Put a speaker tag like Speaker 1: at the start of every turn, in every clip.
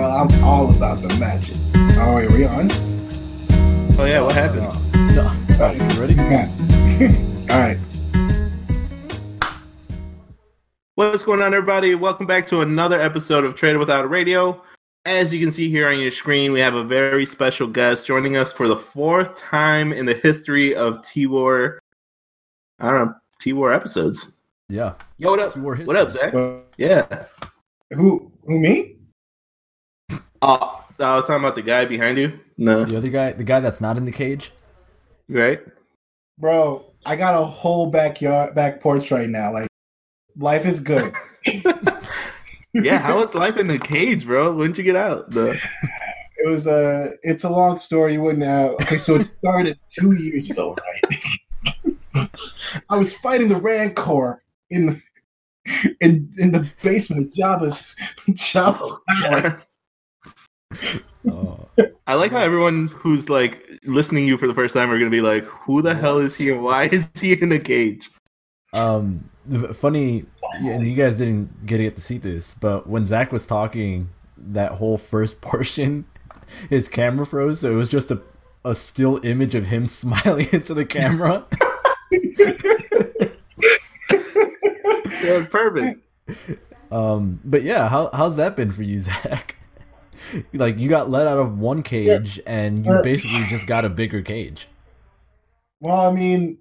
Speaker 1: all about the magic. Oh, wait, are we on?
Speaker 2: Oh yeah, what happened?
Speaker 1: All right.
Speaker 3: You ready?
Speaker 1: Yeah. all right.
Speaker 2: What's going on, everybody? Welcome back to another episode of Trader Without a Radio. As you can see here on your screen, we have a very special guest joining us for the fourth time in the history of T War. I don't know T War episodes.
Speaker 3: Yeah.
Speaker 2: Yo, what up?
Speaker 3: Two more hits.
Speaker 2: What up, Zach?
Speaker 1: Well,
Speaker 2: Yeah.
Speaker 1: who, who, me?
Speaker 2: Uh, I was talking about the guy behind you. No,
Speaker 3: The other guy, the guy that's not in the cage.
Speaker 2: right?
Speaker 1: Bro, I got a whole backyard, back porch right now. Like, life is good.
Speaker 2: Yeah. How was life in the cage, bro? When would you get out? The-
Speaker 1: It was a, it's a long story. You wouldn't have. Okay, so it started two years ago, right? I was fighting the Rancor in, in, in the basement of Jabba's, Jabba's
Speaker 3: Oh,
Speaker 2: I like how everyone who's like listening to you for the first time are gonna be like, "Who the hell is he? and Why is he in a cage?"
Speaker 3: um, the funny, yeah, and you guys didn't get to get to see this, but when Zach was talking, that whole first portion, his camera froze, so it was just a a still image of him smiling into the camera.
Speaker 2: Yeah, it's perfect.
Speaker 3: um, but yeah, how how's that been for you, Zach? like you got let out of one cage, and you
Speaker 1: Uh,
Speaker 3: basically just got a bigger cage.
Speaker 1: Well, I mean,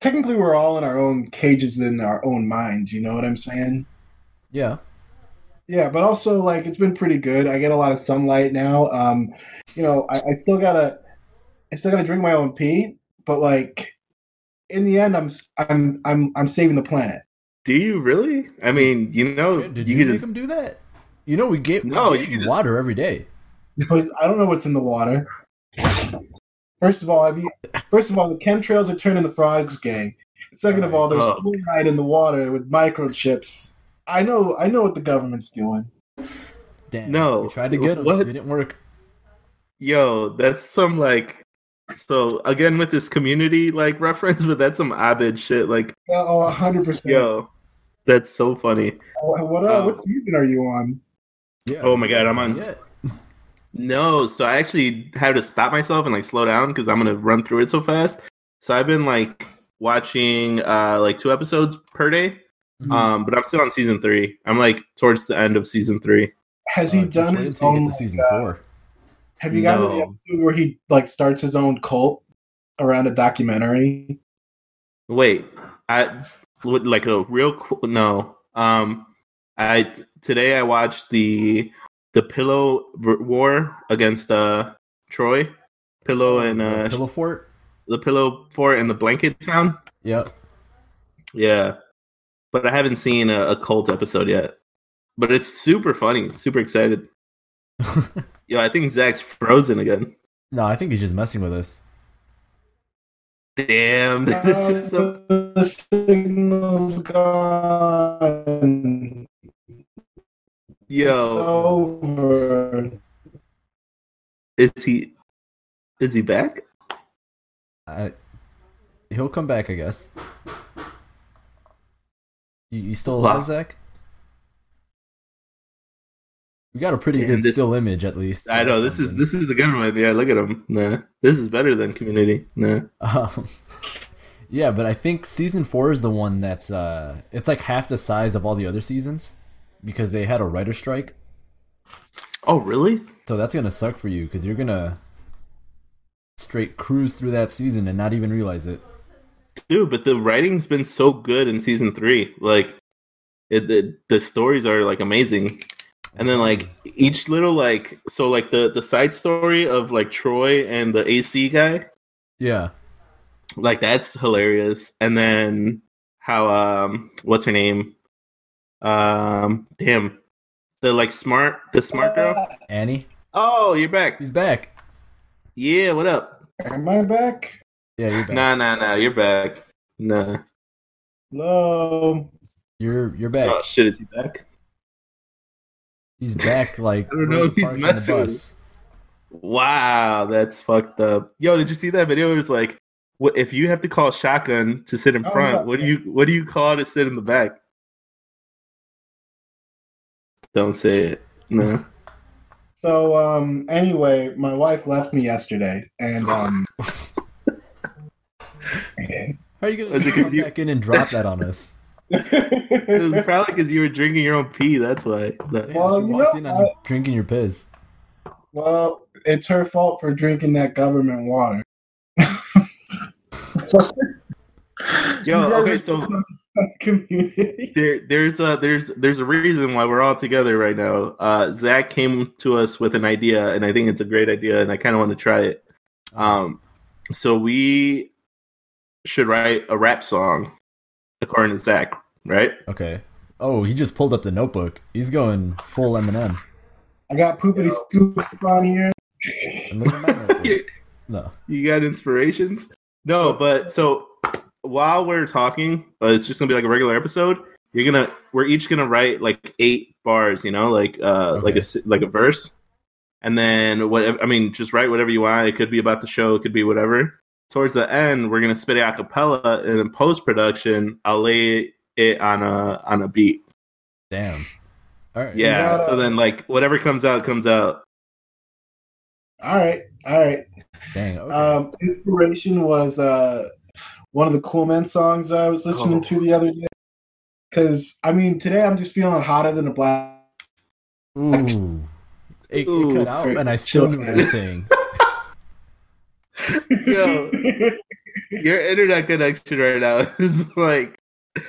Speaker 1: technically, we're all in our own cages in our own minds. You know what I'm saying?
Speaker 3: Yeah.
Speaker 1: Yeah, but also like it's been pretty good. I get a lot of sunlight now. Um, you know, I, I still gotta, I still gotta drink my own pee. But like, in the end, I'm s- I'm I'm I'm saving the planet.
Speaker 2: Do you really? I mean, you know, Oh,
Speaker 3: Did
Speaker 2: you
Speaker 3: you,
Speaker 2: could
Speaker 3: make
Speaker 2: just
Speaker 3: him do that? You know we get
Speaker 2: No,
Speaker 3: we
Speaker 2: you
Speaker 3: gave
Speaker 2: can
Speaker 3: you
Speaker 2: just-
Speaker 3: water every day.
Speaker 1: But I don't know what's in the water. First of all, have you? First of all, the chemtrails are turning the frogs gay. Second of all, there's
Speaker 2: Oh.
Speaker 1: fluoride in the water with microchips. I know, I know what the government's doing.
Speaker 3: Damn.
Speaker 2: No.
Speaker 3: we tried to get him.
Speaker 2: What?
Speaker 3: Didn't work.
Speaker 2: yo. That's some like. So again, with this community like reference, but that's some Abed shit. Like,
Speaker 1: Yeah, Oh, 100%.
Speaker 2: yo, that's so funny.
Speaker 1: Oh, What, uh,
Speaker 2: Oh.
Speaker 1: what season are you on?
Speaker 3: Yeah.
Speaker 2: Oh my god, I'm on.
Speaker 3: Yeah.
Speaker 2: No, so I actually had to stop myself and like slow down because I'm gonna run through it so fast. So I've been like watching uh like two episodes per day.
Speaker 3: Mm-hmm. Uh,
Speaker 2: Um, but I'm still on season three. I'm like towards the end of season three.
Speaker 1: Has
Speaker 3: Uh,
Speaker 1: he
Speaker 3: just
Speaker 1: done
Speaker 3: wait
Speaker 1: his
Speaker 3: until you
Speaker 1: own?
Speaker 3: get to season four.
Speaker 1: Have you gotten to the
Speaker 2: No.
Speaker 1: episode where he like starts his own cult around a documentary?
Speaker 2: Wait, I would like a real qu- no. Um, I today I watched the the pillow v- war against uh Troy, pillow and uh
Speaker 3: Pillow fort.
Speaker 2: the pillow fort and the blanket town.
Speaker 3: Yep.
Speaker 2: Yeah, but I haven't seen a, a cult episode yet. But it's super funny. Super excited. Yo, I think Zach's frozen again.
Speaker 3: no, I think he's just messing with us.
Speaker 2: Damn, this is so
Speaker 1: Uh, the signal's gone.
Speaker 2: yo.
Speaker 1: It's over.
Speaker 2: Is he? Is he back?
Speaker 3: I, he'll come back, I guess. You, you still
Speaker 2: Wow.
Speaker 3: alive, Zach? We got a pretty
Speaker 2: Damn,
Speaker 3: good
Speaker 2: this-
Speaker 3: still image, at least.
Speaker 2: I know this is this is a good one. Yeah, look at him. Nah, this is better than Community. Nah.
Speaker 3: Um, yeah, but I think season four is the one that's uh, it's like half the size of all the other seasons because they had a writer strike.
Speaker 2: Oh really?
Speaker 3: So that's gonna suck for you because you're gonna straight cruise through that season and not even realize it.
Speaker 2: Dude, but the writing's been so good in season three. Like, it, the the stories are like amazing, and then like each little like so like the the side story of like Troy and the AC guy,
Speaker 3: Yeah.
Speaker 2: like that's hilarious. And then how um what's her name? Um, damn, the like smart the smart
Speaker 1: Uh,
Speaker 2: girl.
Speaker 3: Annie,
Speaker 2: Oh, you're back.
Speaker 3: he's back.
Speaker 2: Yeah, what up?
Speaker 1: Am I back?
Speaker 3: Yeah, you're back.
Speaker 2: Nah, nah, nah. You're back. Nah.
Speaker 1: Hello.
Speaker 3: You're you're back.
Speaker 2: Oh shit, is he back?
Speaker 3: He's back. Like
Speaker 2: I don't know if he's
Speaker 3: parked on the
Speaker 2: messing with-
Speaker 3: bus.
Speaker 2: Wow, that's fucked up. Yo, did you see that video? It was like, what if you have to call shotgun to sit in
Speaker 1: Oh,
Speaker 2: front?
Speaker 1: yeah.
Speaker 2: What do you what do you call to sit in the back? Don't say it. No.
Speaker 1: So um, anyway, my wife left me yesterday, and um,
Speaker 3: How are you gonna
Speaker 2: Is it 'cause
Speaker 3: come
Speaker 2: you-
Speaker 3: back in and drop that on us?
Speaker 2: It was probably because you were drinking your own pee. That's why. That-
Speaker 3: Yeah,
Speaker 1: Well,
Speaker 3: you
Speaker 1: you
Speaker 3: walked
Speaker 1: know,
Speaker 3: in on
Speaker 1: uh,
Speaker 3: you drinking your piss.
Speaker 1: well, it's her fault for drinking that government water.
Speaker 2: Yo, okay, so
Speaker 1: community.
Speaker 2: there, there's a there's there's a reason why we're all together right now. Uh, Zach came to us with an idea, and I think it's a great idea, and I kind of want to try it. Um, so we should write a rap song, according to Zach, right?
Speaker 3: Okay. Oh, he just pulled up the notebook. He's going full Eminem.
Speaker 1: I got poopity scoop on here.
Speaker 3: And look at my notebook. No.
Speaker 2: You got inspirations? No, but so while we're talking, uh, it's just gonna be like a regular episode. You're gonna we're each gonna write like eight bars, you know, like uh like a
Speaker 3: Okay.
Speaker 2: s- like a verse, and then whatever. I mean, just write whatever you want. It could be about the show. It could be whatever. Towards the end, we're gonna spit it a cappella, and in post production, I'll lay it on a on a beat.
Speaker 3: Damn. All right.
Speaker 2: Yeah.
Speaker 1: gotta-
Speaker 2: So then, like whatever comes out comes out.
Speaker 1: All right, all right.
Speaker 3: Dang. Okay.
Speaker 1: Um, inspiration was uh, one of the Cool Men songs that I was listening
Speaker 2: Oh.
Speaker 1: to the other day. Because I mean, today I'm just feeling hotter than a black.
Speaker 3: Ooh. It, it
Speaker 2: Ooh,
Speaker 3: cut out, and I still knew what I was saying.
Speaker 2: Yo. Your internet connection right now is like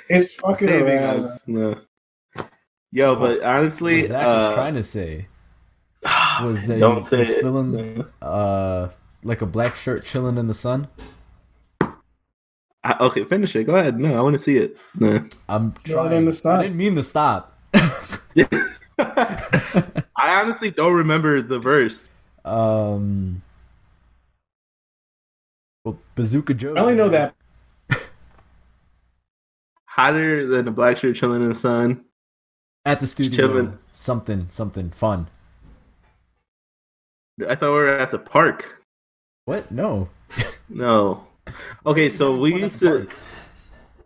Speaker 1: it's fucking
Speaker 2: saving
Speaker 1: around.
Speaker 2: us. No. Yo, but honestly,
Speaker 3: What Zach was
Speaker 2: uh,
Speaker 3: trying to say was that
Speaker 2: don't
Speaker 3: he
Speaker 2: say
Speaker 3: was
Speaker 2: it.
Speaker 3: feeling uh like a black shirt chilling in the sun.
Speaker 2: I- okay, finish it. Go ahead. No, I want to see it. No.
Speaker 3: I'm
Speaker 1: Chilling
Speaker 3: trying.
Speaker 1: in the sun.
Speaker 3: I didn't mean to stop.
Speaker 2: I honestly don't remember the verse.
Speaker 3: um. Well, Bazooka Joe.
Speaker 1: I only know that.
Speaker 2: Hotter than a black shirt chilling in the sun.
Speaker 3: at the studio.
Speaker 2: Chilling.
Speaker 3: Something, something fun.
Speaker 2: I thought we were at the park.
Speaker 3: What? No.
Speaker 2: No. Okay, so we
Speaker 3: Fun at
Speaker 2: used
Speaker 3: the
Speaker 2: to,
Speaker 3: park.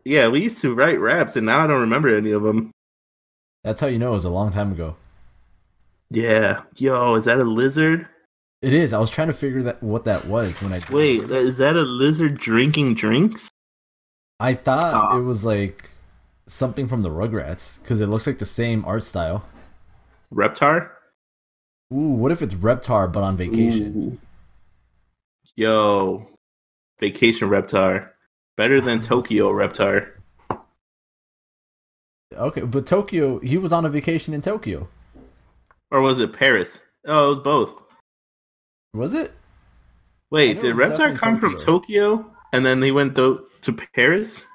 Speaker 2: yeah, we used to write raps, and now I don't remember any of them.
Speaker 3: That's how you know it was a long time ago.
Speaker 2: Yeah. Yo, is that a lizard?
Speaker 3: It is. I was trying to figure that what that was when I
Speaker 2: Wait, that- is that a lizard drinking drinks?
Speaker 3: I thought
Speaker 2: Ah.
Speaker 3: it was like something from the Rugrats because it looks like the same art style.
Speaker 2: Reptar?
Speaker 3: Ooh, what if it's Reptar but on vacation?
Speaker 2: Ooh. Yo, Vacation Reptar. Better than Tokyo Reptar.
Speaker 3: Okay, but Tokyo. He was on a vacation in Tokyo.
Speaker 2: Or was it Paris? Oh, it was both.
Speaker 3: Was it? I
Speaker 2: Wait,
Speaker 3: know
Speaker 2: did
Speaker 3: it was
Speaker 2: Reptar
Speaker 3: definitely
Speaker 2: come from Tokyo and then he went to, to Paris?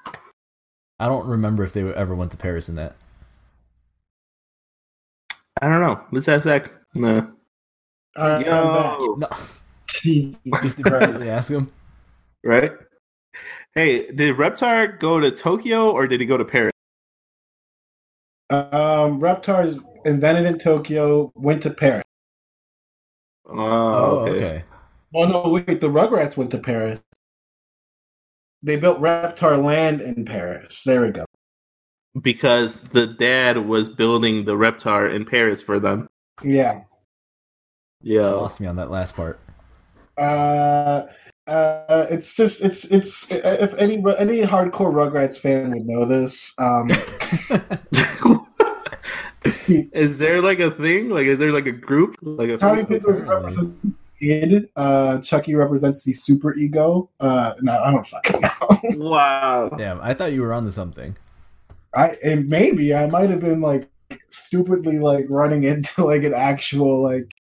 Speaker 3: I don't remember if they ever went to Paris in that.
Speaker 2: I don't know. Let's ask Zach. No.
Speaker 1: All right, Uh, I'm back.
Speaker 2: Yo,
Speaker 3: No,
Speaker 1: Jesus
Speaker 3: just
Speaker 1: Christ.
Speaker 3: immediately ask him.
Speaker 2: right? Hey, did Reptar go to Tokyo or did he go to Paris?
Speaker 1: Um, Reptar is invented in Tokyo, went to Paris.
Speaker 2: Oh,
Speaker 3: Oh,
Speaker 2: okay.
Speaker 3: okay.
Speaker 1: Oh no, wait, the Rugrats went to Paris. They built Reptar Land in Paris. There we go.
Speaker 2: Because the dad was building the Reptar in Paris for them.
Speaker 1: Yeah.
Speaker 2: Yo.
Speaker 3: Lost me on that last part.
Speaker 1: Uh, uh, it's just it's it's if any any hardcore Rugrats fan would know this. Um,
Speaker 2: is there like a thing? Like, is there like a group? Like a
Speaker 1: Tommy
Speaker 2: Facebook-
Speaker 1: Pickles represents id. Uh, Chucky represents the super ego. Uh, no, I don't fucking know.
Speaker 2: Wow.
Speaker 3: Damn, I thought you were onto something.
Speaker 1: I and maybe I might have been like stupidly like running into like an actual like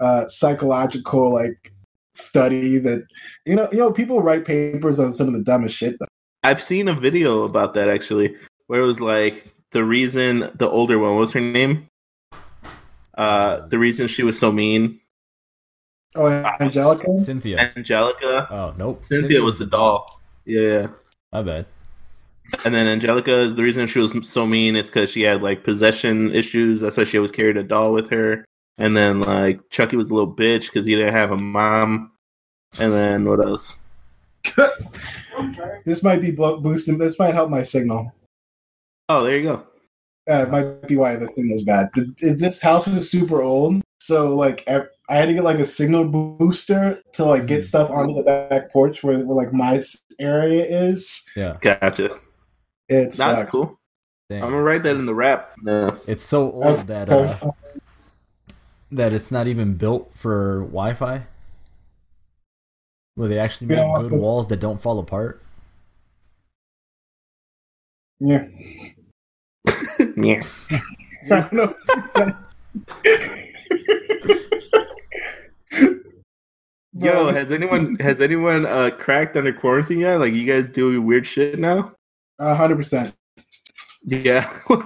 Speaker 1: uh psychological like study that you know you know people write papers on some of the dumbest shit though.
Speaker 2: I've seen a video about that actually, where it was like the reason the older one what was her name. Uh, the reason she was so mean,
Speaker 1: Oh, Angelica.
Speaker 3: Cynthia.
Speaker 2: Angelica.
Speaker 3: Oh nope.
Speaker 2: Cynthia was the doll. Yeah.
Speaker 3: My bad.
Speaker 2: And then Angelica, the reason she was so mean is because she had like possession issues. That's why she always carried a doll with her. And then like Chucky was a little bitch because he didn't have a mom. And then what else?
Speaker 1: This might be blo- boosting. This might help my signal.
Speaker 2: Oh, there you go.
Speaker 1: That might be why the signal's bad. Th- Is this house is super old, So like ev- I had to get like a signal booster to like
Speaker 2: Mm.
Speaker 1: get stuff onto the back porch where, where like my s- area is.
Speaker 3: Yeah.
Speaker 2: Gotcha.
Speaker 1: It's
Speaker 2: That's cool.
Speaker 3: Dang.
Speaker 2: I'm gonna write that in the rap. No.
Speaker 3: It's so old that uh, that it's not even built for Wi-Fi. Where they actually
Speaker 1: You
Speaker 3: make
Speaker 1: know what?
Speaker 3: good walls that don't fall apart.
Speaker 1: Yeah.
Speaker 2: yeah.
Speaker 1: I know.
Speaker 2: Yo, has anyone has anyone uh cracked under quarantine yet? Like you guys do weird shit now?
Speaker 1: hundred percent.
Speaker 2: Yeah.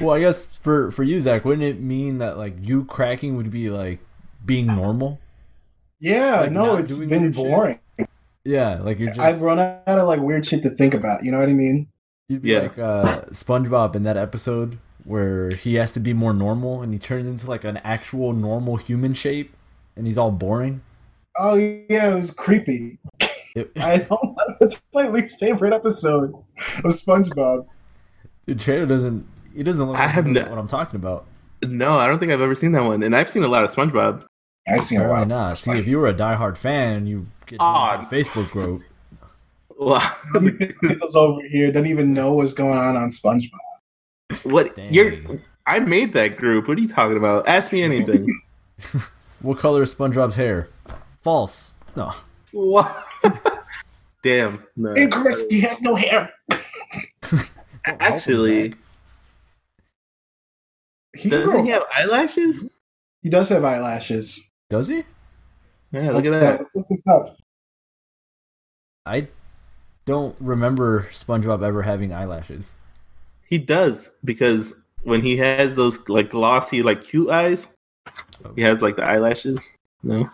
Speaker 3: Well, I guess for for you, Zach, wouldn't it mean that like you cracking would be like being normal?
Speaker 1: Yeah,
Speaker 3: Like,
Speaker 1: no,
Speaker 3: not
Speaker 1: it's
Speaker 3: doing
Speaker 1: been
Speaker 3: weird shit?
Speaker 1: boring.
Speaker 3: Yeah, like you're just
Speaker 1: I've run out of like weird shit to think about. You know what I mean?
Speaker 3: you'd be
Speaker 2: Yeah.
Speaker 3: like uh, SpongeBob in that episode where he has to be more normal and he turns into like an actual normal human shape and he's all boring.
Speaker 1: Oh yeah, it was creepy.
Speaker 3: It,
Speaker 1: I don't. That's my least favorite episode of SpongeBob.
Speaker 3: dude, Trader doesn't. He doesn't look.
Speaker 2: I
Speaker 3: Like
Speaker 2: have
Speaker 3: he knows
Speaker 2: no-
Speaker 3: what I'm talking about.
Speaker 2: no, I don't think I've ever seen that one. And I've seen a lot of SpongeBob.
Speaker 1: I've seen a
Speaker 3: Apparently
Speaker 1: lot.
Speaker 3: not. See, if you were a diehard fan, you get
Speaker 2: Odd.
Speaker 3: into the Facebook group.
Speaker 2: Wow.
Speaker 1: Nichols over here doesn't even know what's going on on SpongeBob.
Speaker 2: what
Speaker 3: Dang.
Speaker 2: you're I made that group. What are you talking about? Ask me anything.
Speaker 3: What color is SpongeBob's hair? False. No.
Speaker 2: What? Damn. No.
Speaker 1: Incorrect. He has no hair.
Speaker 3: Don't help him,
Speaker 2: Actually,
Speaker 3: Zach.
Speaker 1: He,
Speaker 2: doesn't
Speaker 1: grew-
Speaker 2: he have eyelashes?
Speaker 1: he does have eyelashes.
Speaker 3: does he?
Speaker 2: Yeah, look at that.
Speaker 1: Let's look this up.
Speaker 3: I don't remember SpongeBob ever having eyelashes.
Speaker 2: He does because when he has those like glossy, like cute eyes, he has like the eyelashes. No.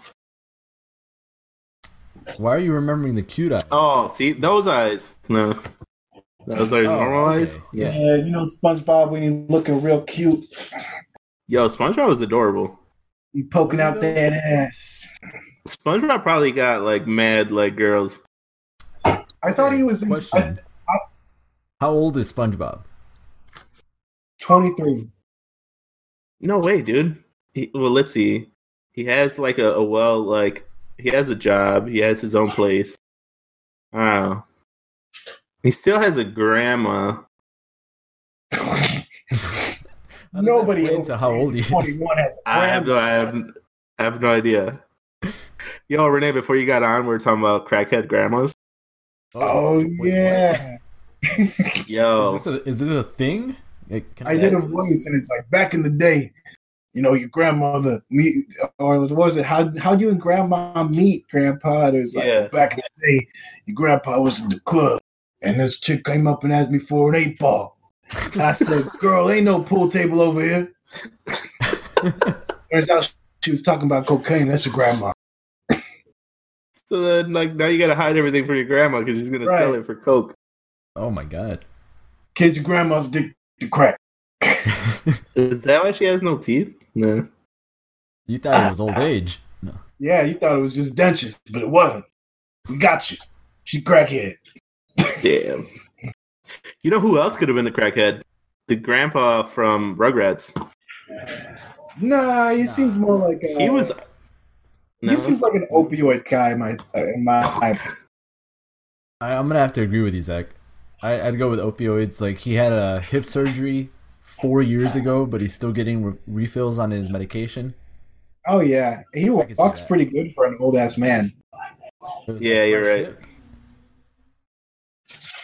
Speaker 3: Why are you remembering the cute eye?
Speaker 1: Um,
Speaker 2: Oh, see those eyes. No. Those are his
Speaker 3: Oh,
Speaker 2: normal
Speaker 3: okay.
Speaker 2: eyes. Yeah.
Speaker 1: Yeah, you know SpongeBob when he's looking real cute,
Speaker 2: Yo, SpongeBob is adorable.
Speaker 1: he poking out that ass.
Speaker 2: SpongeBob probably got like mad like girls.
Speaker 1: I thought he was in, I-
Speaker 3: Question. How old is SpongeBob?
Speaker 1: 23.
Speaker 2: No way, dude. He, well, let's see. He has like a, a well, like he has a job. He has his own place. Wow. He still has a grandma.
Speaker 3: How does that
Speaker 1: Nobody
Speaker 3: play
Speaker 1: over
Speaker 3: into how old he is.
Speaker 1: 21 has
Speaker 2: I have
Speaker 1: grandma.
Speaker 2: no, I have, I have no idea. Yo, Renee, before you got on, we were talking about crackhead grandmas.
Speaker 1: Oh
Speaker 3: wait, what?
Speaker 1: yeah,
Speaker 2: Yo, Oh.
Speaker 3: Is this a, is this a thing? Like, can
Speaker 1: I did a
Speaker 3: have this?
Speaker 1: voice, and it's like back in the day, you know, your grandmother meet, or what was it? How how you and grandma meet, grandpa? And it was like
Speaker 2: Yeah.
Speaker 1: back in the day, your grandpa was in the club, and this chick came up and asked me for an eight ball. And I said, "Girl, ain't no pool table over here." Turns out she was talking about cocaine. That's your grandma.
Speaker 2: so then like now you gotta hide everything from your grandma because she's gonna
Speaker 1: Right.
Speaker 2: sell it for coke.
Speaker 3: Oh my god.
Speaker 1: Kids, your grandma's dick to crack.
Speaker 2: Is that why she has no teeth? No.
Speaker 3: you thought it was old age. No.
Speaker 1: Yeah, you thought it was just dentures, but it wasn't. We got you. She crackhead.
Speaker 2: Damn. You know who else could have been the crackhead? The grandpa from Rugrats.
Speaker 1: Nah, he seems more like a,
Speaker 2: He was. No.
Speaker 1: He seems like an
Speaker 3: Mm.
Speaker 1: opioid guy. In my uh, in my eye.
Speaker 3: I, I'm gonna have to agree with you, Zach. I, I'd go with opioids. Like he had a hip surgery four years ago, but he's still getting re- refills on his medication.
Speaker 1: oh yeah, he
Speaker 3: can see
Speaker 1: walks
Speaker 3: that.
Speaker 1: pretty good for an old ass man.
Speaker 3: It was
Speaker 2: Yeah,
Speaker 3: like
Speaker 2: you're
Speaker 3: fresh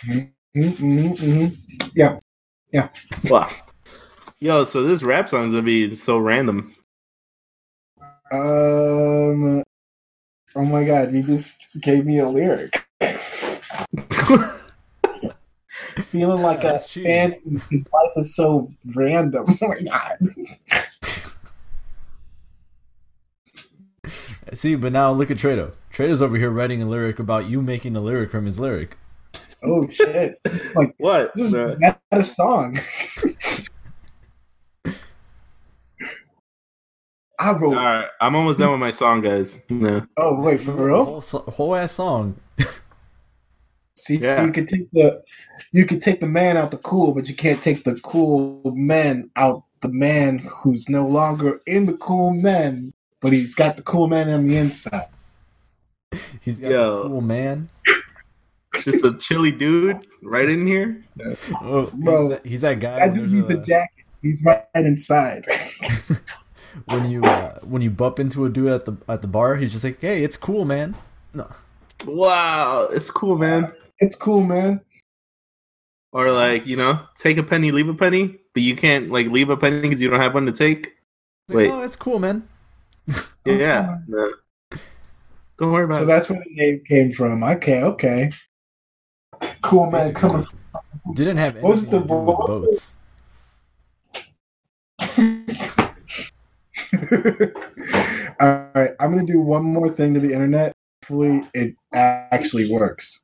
Speaker 2: right.
Speaker 3: hip.
Speaker 1: Mm-hmm, mm-hmm. Yeah,
Speaker 2: wow. Yo, so this rap song's gonna be so random.
Speaker 1: um, oh my god, you just gave me a lyric. Feeling like a
Speaker 3: That's cheating.
Speaker 1: fan. Life is so random. Oh my god.
Speaker 3: See, but now look at Trado. Trado's over here writing a lyric about you making a lyric from his lyric.
Speaker 1: Oh shit!
Speaker 2: what?
Speaker 1: This is
Speaker 2: No.
Speaker 1: not a song. I
Speaker 2: All
Speaker 1: wrote.
Speaker 2: right, I'm almost done with my song, guys. No.
Speaker 1: Oh wait, for real?
Speaker 3: Whole, so- whole ass song.
Speaker 1: See,
Speaker 2: Yeah.
Speaker 1: you can take the you can take the man out the cool, but you can't take the cool man out the man who's no longer in the cool men, but he's got the cool man on the inside.
Speaker 3: He's got
Speaker 2: Yo.
Speaker 3: a cool man.
Speaker 2: Just a chilly dude right in here.
Speaker 3: Oh,
Speaker 1: Bro,
Speaker 3: he's, that, he's that guy.
Speaker 1: I
Speaker 3: when
Speaker 1: do
Speaker 3: Oh, there's
Speaker 1: need the
Speaker 3: a-
Speaker 1: jacket. He's right inside.
Speaker 3: when you uh, when you bump into a dude at the at the bar, he's just like, "Hey, it's cool, man."
Speaker 2: Wow, it's cool, man.
Speaker 1: it's cool, man.
Speaker 2: Or like, you know, take a penny, leave a penny, but you can't like leave a penny because you don't have one to take.
Speaker 3: He's like,
Speaker 2: Wait.
Speaker 3: "Oh, it's cool, man."
Speaker 1: Okay.
Speaker 2: Yeah. yeah. Don't worry about
Speaker 1: So
Speaker 2: it.
Speaker 1: that's where the name came from. Okay, okay. Cool Oh, man
Speaker 3: Basically,
Speaker 1: coming.
Speaker 3: Didn't have
Speaker 1: What was
Speaker 3: anything to do
Speaker 1: the-
Speaker 3: with
Speaker 1: what was the-
Speaker 3: boats.
Speaker 1: All right, I'm gonna do one more thing to the internet. Hopefully, it actually works.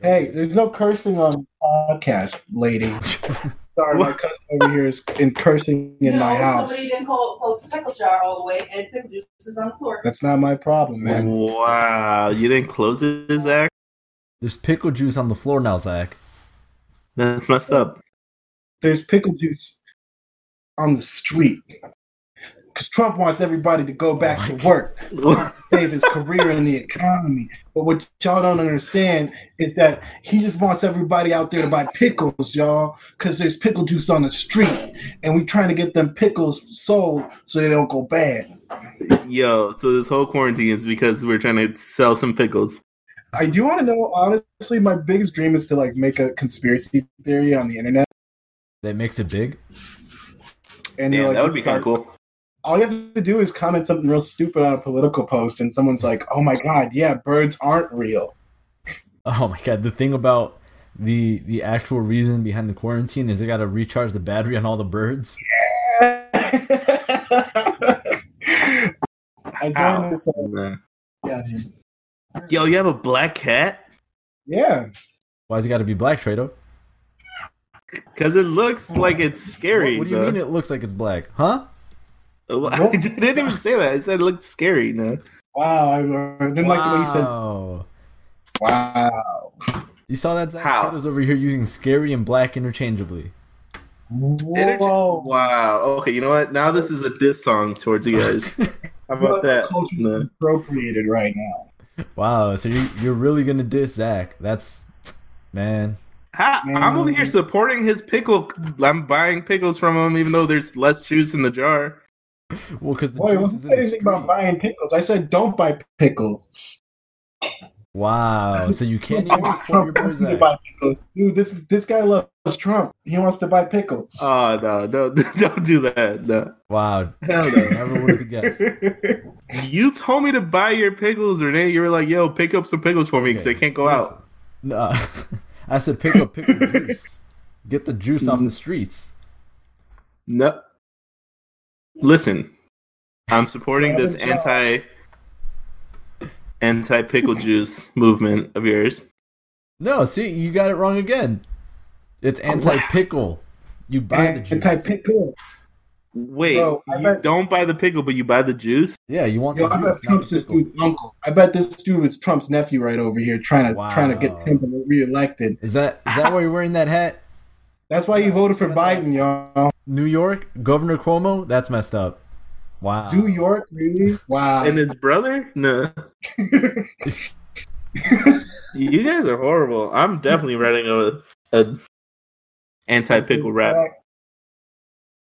Speaker 1: Hey, there's no cursing on podcast, lady. Sorry, my
Speaker 2: What?
Speaker 1: cousin over here is in cursing in
Speaker 4: no,
Speaker 1: my house.
Speaker 4: Somebody didn't call, close the pickle jar all the way, and pickle juice is on the floor.
Speaker 1: That's not my problem,
Speaker 2: Mm-hmm.
Speaker 1: man.
Speaker 2: Wow, you didn't close it, Zach?
Speaker 3: There's pickle juice on the floor now, Zach.
Speaker 2: That's messed up.
Speaker 1: There's pickle juice on the street because Trump wants everybody to go back to work. save his career and the economy. But what y'all don't understand is that he just wants everybody out there to buy pickles, y'all, because there's pickle juice on the street, and we trying to get them pickles sold so they don't go bad.
Speaker 2: Yo, so this whole quarantine is because we're trying to sell some pickles.
Speaker 1: I do want to know, honestly, my biggest dream is to like make a conspiracy theory on the internet,
Speaker 3: That makes it big.
Speaker 1: and
Speaker 2: Yeah,
Speaker 1: like,
Speaker 2: that would be kind
Speaker 1: start-
Speaker 2: of cool.
Speaker 1: All you have to do is comment something real stupid on a political post, and someone's like, "Oh my god, yeah, birds aren't real."
Speaker 3: Oh my god, the thing about the the actual reason behind the quarantine is they got to recharge the battery on all the birds.
Speaker 1: I
Speaker 2: Ow.
Speaker 1: joined this. uh, Yeah, dude.
Speaker 2: Yo, you have a black cat?
Speaker 1: Yeah,
Speaker 3: Why's it got to be black, Trado?
Speaker 2: Because it looks like it's
Speaker 3: What,
Speaker 2: scary.
Speaker 3: what do you
Speaker 2: though.
Speaker 3: mean it looks like it's black? Huh?
Speaker 2: Well, I
Speaker 1: What?
Speaker 2: didn't even say that. I said it looked scary. No.
Speaker 1: Wow, I, I didn't like the way you said
Speaker 3: Wow.
Speaker 1: wow.
Speaker 3: You saw that Zach
Speaker 2: How?
Speaker 3: Trado's over here using scary and black interchangeably.
Speaker 2: Intercha-
Speaker 1: Whoa.
Speaker 2: Wow. Okay, you know what? Now this is a diss song towards you guys. How about that?
Speaker 1: Culture
Speaker 2: No.
Speaker 1: appropriated right now.
Speaker 3: Wow, so you, you're really gonna diss Zach? That's man.
Speaker 2: How, I'm over here supporting his pickle. I'm buying pickles from him, even though there's less juice in the jar.
Speaker 3: Well, because the
Speaker 1: Boy, I
Speaker 3: juice
Speaker 1: wasn't
Speaker 3: is
Speaker 1: saying
Speaker 3: in the
Speaker 1: anything about
Speaker 3: street.
Speaker 1: buying pickles. I said don't buy pickles.
Speaker 3: Wow, so you can't
Speaker 1: I
Speaker 3: even
Speaker 1: want
Speaker 3: support your
Speaker 1: Trump
Speaker 3: boy
Speaker 1: to
Speaker 3: Zach.
Speaker 1: buy pickles. Dude, this this guy loves Trump. He wants to buy pickles.
Speaker 3: Uh,
Speaker 2: Oh no, no, don't do that. No,
Speaker 3: Wow,
Speaker 2: hell no.
Speaker 3: never would have guessed.
Speaker 2: You told me to buy your pickles, Renee. You were like, "Yo, pick up some pickles for me because
Speaker 3: Okay.
Speaker 2: they can't go out."
Speaker 3: Nah, I said pick up pickle juice. Get the juice off
Speaker 2: Mm-hmm.
Speaker 3: the streets.
Speaker 2: No. Listen, I'm supporting this
Speaker 1: Have a job.
Speaker 2: anti anti pickle juice movement of yours.
Speaker 3: No, see, you got it wrong again. It's anti pickle. You buy the juice.
Speaker 1: Anti pickle.
Speaker 2: Wait,
Speaker 1: Bro, I
Speaker 2: you
Speaker 1: bet-
Speaker 2: don't buy the pickle, but you buy the juice.
Speaker 3: Yeah, you want
Speaker 1: Yo,
Speaker 3: the
Speaker 1: I bet
Speaker 3: juice, not
Speaker 1: Trump's
Speaker 3: the
Speaker 1: this
Speaker 3: pickle.
Speaker 1: dude's uncle. I bet this dude is Trump's nephew right over here trying to
Speaker 3: Wow.
Speaker 1: trying to get Trump reelected.
Speaker 3: Is that is that why you're wearing that hat?
Speaker 1: That's why you voted for Biden, y'all.
Speaker 3: New York, Governor Cuomo. That's messed up. Wow.
Speaker 1: New York, really? Wow.
Speaker 2: and his brother? No. you guys are horrible. I'm definitely writing a, a anti pickle rap.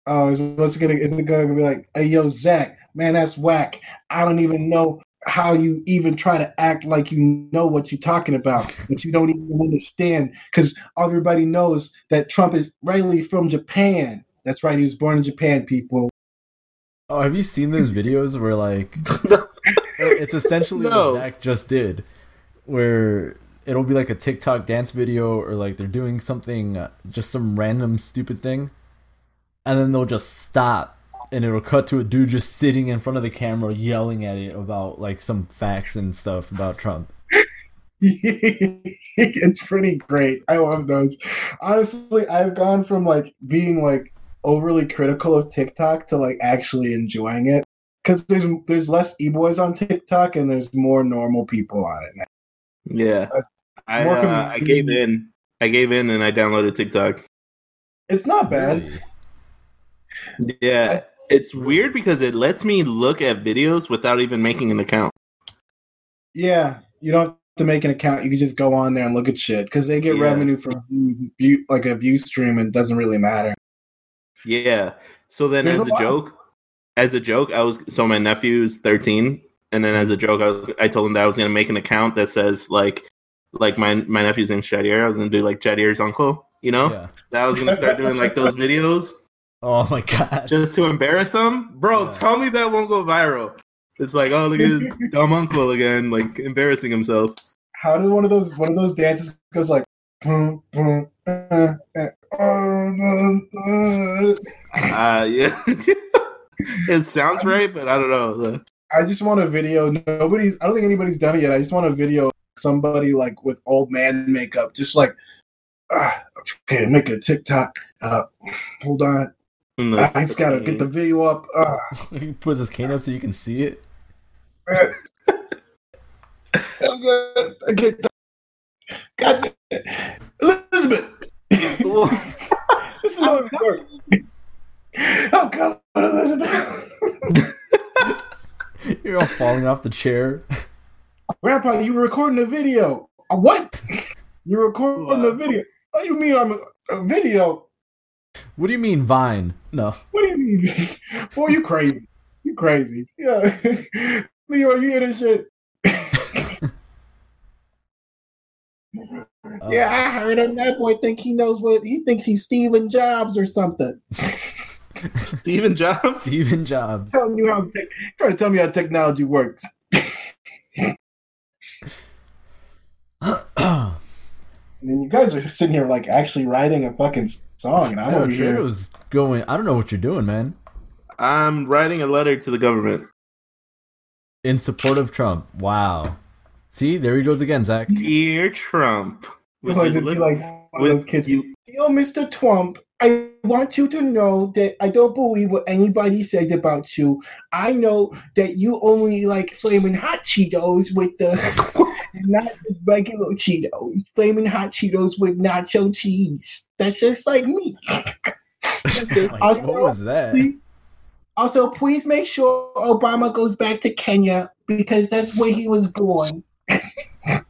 Speaker 1: Oh, is what's it gonna is it gonna be like, hey yo, Zach, man, that's whack. I don't even know how you even try to act like you know what you're talking about, but you don't even understand because everybody knows that Trump is really from Japan. That's right, he was born in Japan, people.
Speaker 3: Oh, have you seen those videos where like Oh, it's essentially
Speaker 2: No.
Speaker 3: what Zach just did, where it'll be like a TikTok dance video or like they're doing something, uh, just some random stupid thing, and then they'll just stop and it'll cut to a dude just sitting in front of the camera yelling at it about like some facts and stuff about Trump.
Speaker 1: it's pretty great. I love those. Honestly, I've gone from like being like overly critical of TikTok to like actually enjoying it because there's there's less e boys on TikTok and there's more normal people on it. Now.
Speaker 2: Yeah. I,
Speaker 1: uh, More
Speaker 2: uh, I gave in. I gave in and I downloaded TikTok.
Speaker 1: It's not bad.
Speaker 3: Really?
Speaker 2: Yeah, it's weird because it lets me look at videos without even making an account.
Speaker 5: Yeah, you don't have to make an account. You can just go on there and look at shit because they get
Speaker 2: Yeah.
Speaker 5: revenue from view, like a view stream, and it doesn't really matter.
Speaker 2: Yeah. So then,
Speaker 5: There's
Speaker 2: as
Speaker 5: a
Speaker 2: a
Speaker 5: lot.
Speaker 2: joke, as a joke, I was so my nephew's thirteen, and then as a joke, I was I told him that I was gonna make an account that says like like my my nephew's name's Jadier. I was gonna do like Jadier's uncle. You know,
Speaker 3: Yeah.
Speaker 2: that I was gonna start doing like those videos
Speaker 3: Oh my god.
Speaker 2: just to embarrass him, bro.
Speaker 3: Yeah.
Speaker 2: Tell me that won't go viral. It's like, oh, look at his dumb uncle again, like embarrassing himself.
Speaker 5: How did one of those one of those dances goes like? "Boom, boom, uh, uh, oh, uh, uh."
Speaker 2: Uh, yeah, it sounds right, but I don't know.
Speaker 5: I just want a video. Nobody's. I don't think anybody's done it yet. I just want a video. of Somebody like with old man makeup, just like. "Ah, okay, make a TikTok. Uh, hold on. I just gotta get the video up. Uh,
Speaker 3: he puts his cane up so you can see it.
Speaker 5: I get the, God, damn- Elizabeth, this is not gonna work. I'm coming, Elizabeth.
Speaker 3: You're all falling off the chair.
Speaker 5: Grandpa, you were recording a video. "Uh, What? You're recording
Speaker 2: Wow.
Speaker 5: a video? What do you mean I'm a, a video?
Speaker 3: What do you mean Vine? No.
Speaker 5: What do you mean? Boy, you crazy. You crazy. Yeah. Leo, you hear this shit?
Speaker 3: Uh,
Speaker 5: yeah, I heard him. That boy think he knows what he thinks he's Steven Jobs or something.
Speaker 2: Steven Jobs.
Speaker 3: Steven Jobs.
Speaker 5: Telling you how tech, trying to tell me how technology works.
Speaker 3: no,
Speaker 5: I mean, you guys are sitting here like actually writing a fucking song, and I'm over
Speaker 3: Trader
Speaker 5: here.
Speaker 3: was going. I don't know what you're doing, man.
Speaker 2: I'm writing a letter to the government.
Speaker 3: In support of Trump. Wow. See, there he goes again, Zach.
Speaker 2: Dear Trump, would
Speaker 5: Like,
Speaker 2: you
Speaker 5: it'd be
Speaker 2: look-
Speaker 5: Oh, like one of
Speaker 2: would
Speaker 5: those kids.
Speaker 2: you-
Speaker 5: Dear Mr. Trump, I want you to know that I don't believe what anybody says about you. I know that you only like flaming hot Cheetos with the not the regular Cheetos, flaming hot Cheetos with nacho cheese. That's just like me. That's just-
Speaker 3: Like, what
Speaker 5: also,
Speaker 3: was that?
Speaker 5: also, please make sure Obama goes back to Kenya because that's where he was born.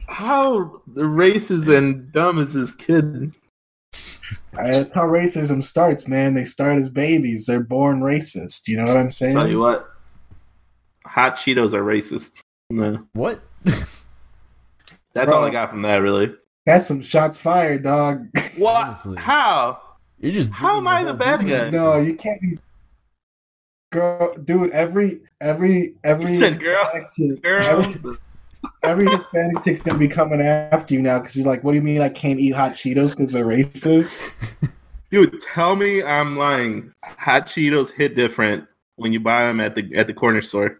Speaker 2: how the racist and dumb is this kid?
Speaker 5: That's how racism starts, man. They start as babies. They're born racist. You know what I'm saying?
Speaker 2: Tell you what, hot Cheetos are racist. No,
Speaker 3: What?
Speaker 2: that's
Speaker 5: Bro.
Speaker 2: all I got from that. Really,
Speaker 5: That's some shots fired, dog.
Speaker 2: what?
Speaker 3: Honestly.
Speaker 2: How?
Speaker 3: You're just.
Speaker 2: How am
Speaker 3: digging
Speaker 2: I the
Speaker 3: whole
Speaker 2: bad
Speaker 3: deep
Speaker 2: guy?
Speaker 3: end.
Speaker 5: No, you can't. be- Girl, dude, every every every
Speaker 2: You said girl,
Speaker 5: Hispanic chick-
Speaker 2: girl.
Speaker 5: every, every Hispanic chick's gonna be coming after you now because you're like, what do you mean I can't eat hot Cheetos because they're racist?
Speaker 2: Dude, tell me I'm lying. Hot Cheetos hit different when you buy them at the at the corner store.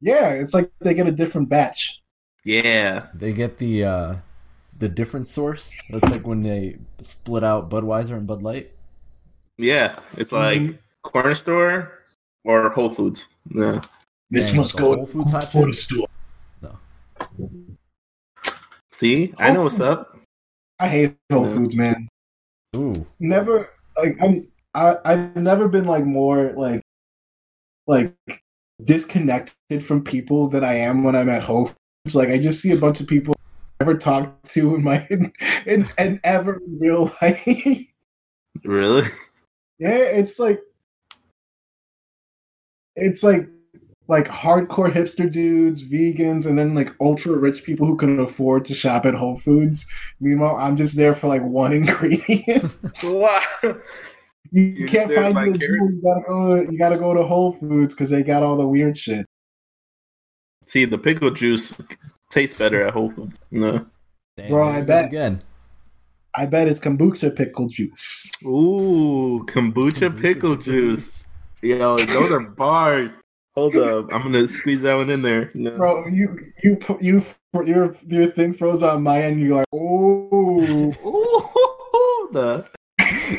Speaker 5: Yeah, it's like they get a different batch.
Speaker 2: Yeah,
Speaker 3: They get the uh the different source. That's like when they split out Budweiser and Bud Light.
Speaker 2: yeah. It's like
Speaker 5: Mhm.
Speaker 2: corner store or Whole Foods. Yeah.
Speaker 3: This Dang, must the go Whole Foods hot for the Cheetos?
Speaker 5: store.
Speaker 2: See, I know what's up.
Speaker 5: I hate Whole
Speaker 2: Yeah.
Speaker 5: Foods, man.
Speaker 3: Ooh.
Speaker 5: never like I'm I I've never been like more like like disconnected from people than I am when I'm at home. It's like I just see a bunch of people I never talk to in my and and ever in real life. yeah,
Speaker 2: Really?
Speaker 5: it's like it's like like hardcore hipster dudes, vegans, and then like ultra rich people who can afford to shop at Whole Foods. Meanwhile, I'm just there for like one ingredient.
Speaker 2: Wow.
Speaker 5: You
Speaker 2: You're
Speaker 5: can't
Speaker 2: there
Speaker 5: find
Speaker 2: by
Speaker 5: it at Jewel.
Speaker 2: carrots.
Speaker 5: You gotta go. To, you gotta go to Whole Foods because they got all the weird shit.
Speaker 2: See, the pickle juice tastes better at Whole Foods. No.
Speaker 3: Dang,
Speaker 5: Bro,
Speaker 3: there
Speaker 5: I
Speaker 3: it goes
Speaker 5: bet.
Speaker 3: again.
Speaker 5: I bet it's kombucha pickle juice.
Speaker 2: Ooh, kombucha pickle juice. Yo, those are bars. Hold up, I'm gonna squeeze that one in there. No.
Speaker 5: Bro, you you pu- you your your thing froze on my end. You're like, oh,
Speaker 2: Ooh, the.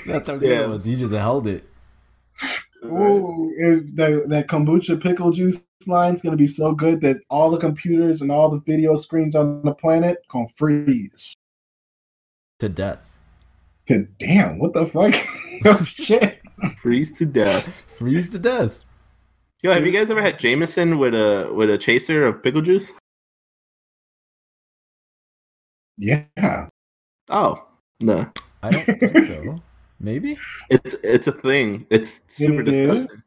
Speaker 3: That's how good
Speaker 2: Yeah.
Speaker 3: it was. He just held it.
Speaker 5: oh, is that that kombucha pickle juice line's gonna be so good that all the computers and all the video screens on the planet gonna freeze.
Speaker 3: to death.
Speaker 5: Then, Damn, what the fuck? oh shit.
Speaker 2: Freeze to death.
Speaker 3: Freeze to death.
Speaker 2: Yo, have you guys ever had Jameson with a with a chaser of pickle juice?
Speaker 5: Yeah.
Speaker 2: Oh no,
Speaker 3: I don't think so. Maybe.
Speaker 2: it's it's a thing. It's super
Speaker 5: It is?
Speaker 2: disgusting.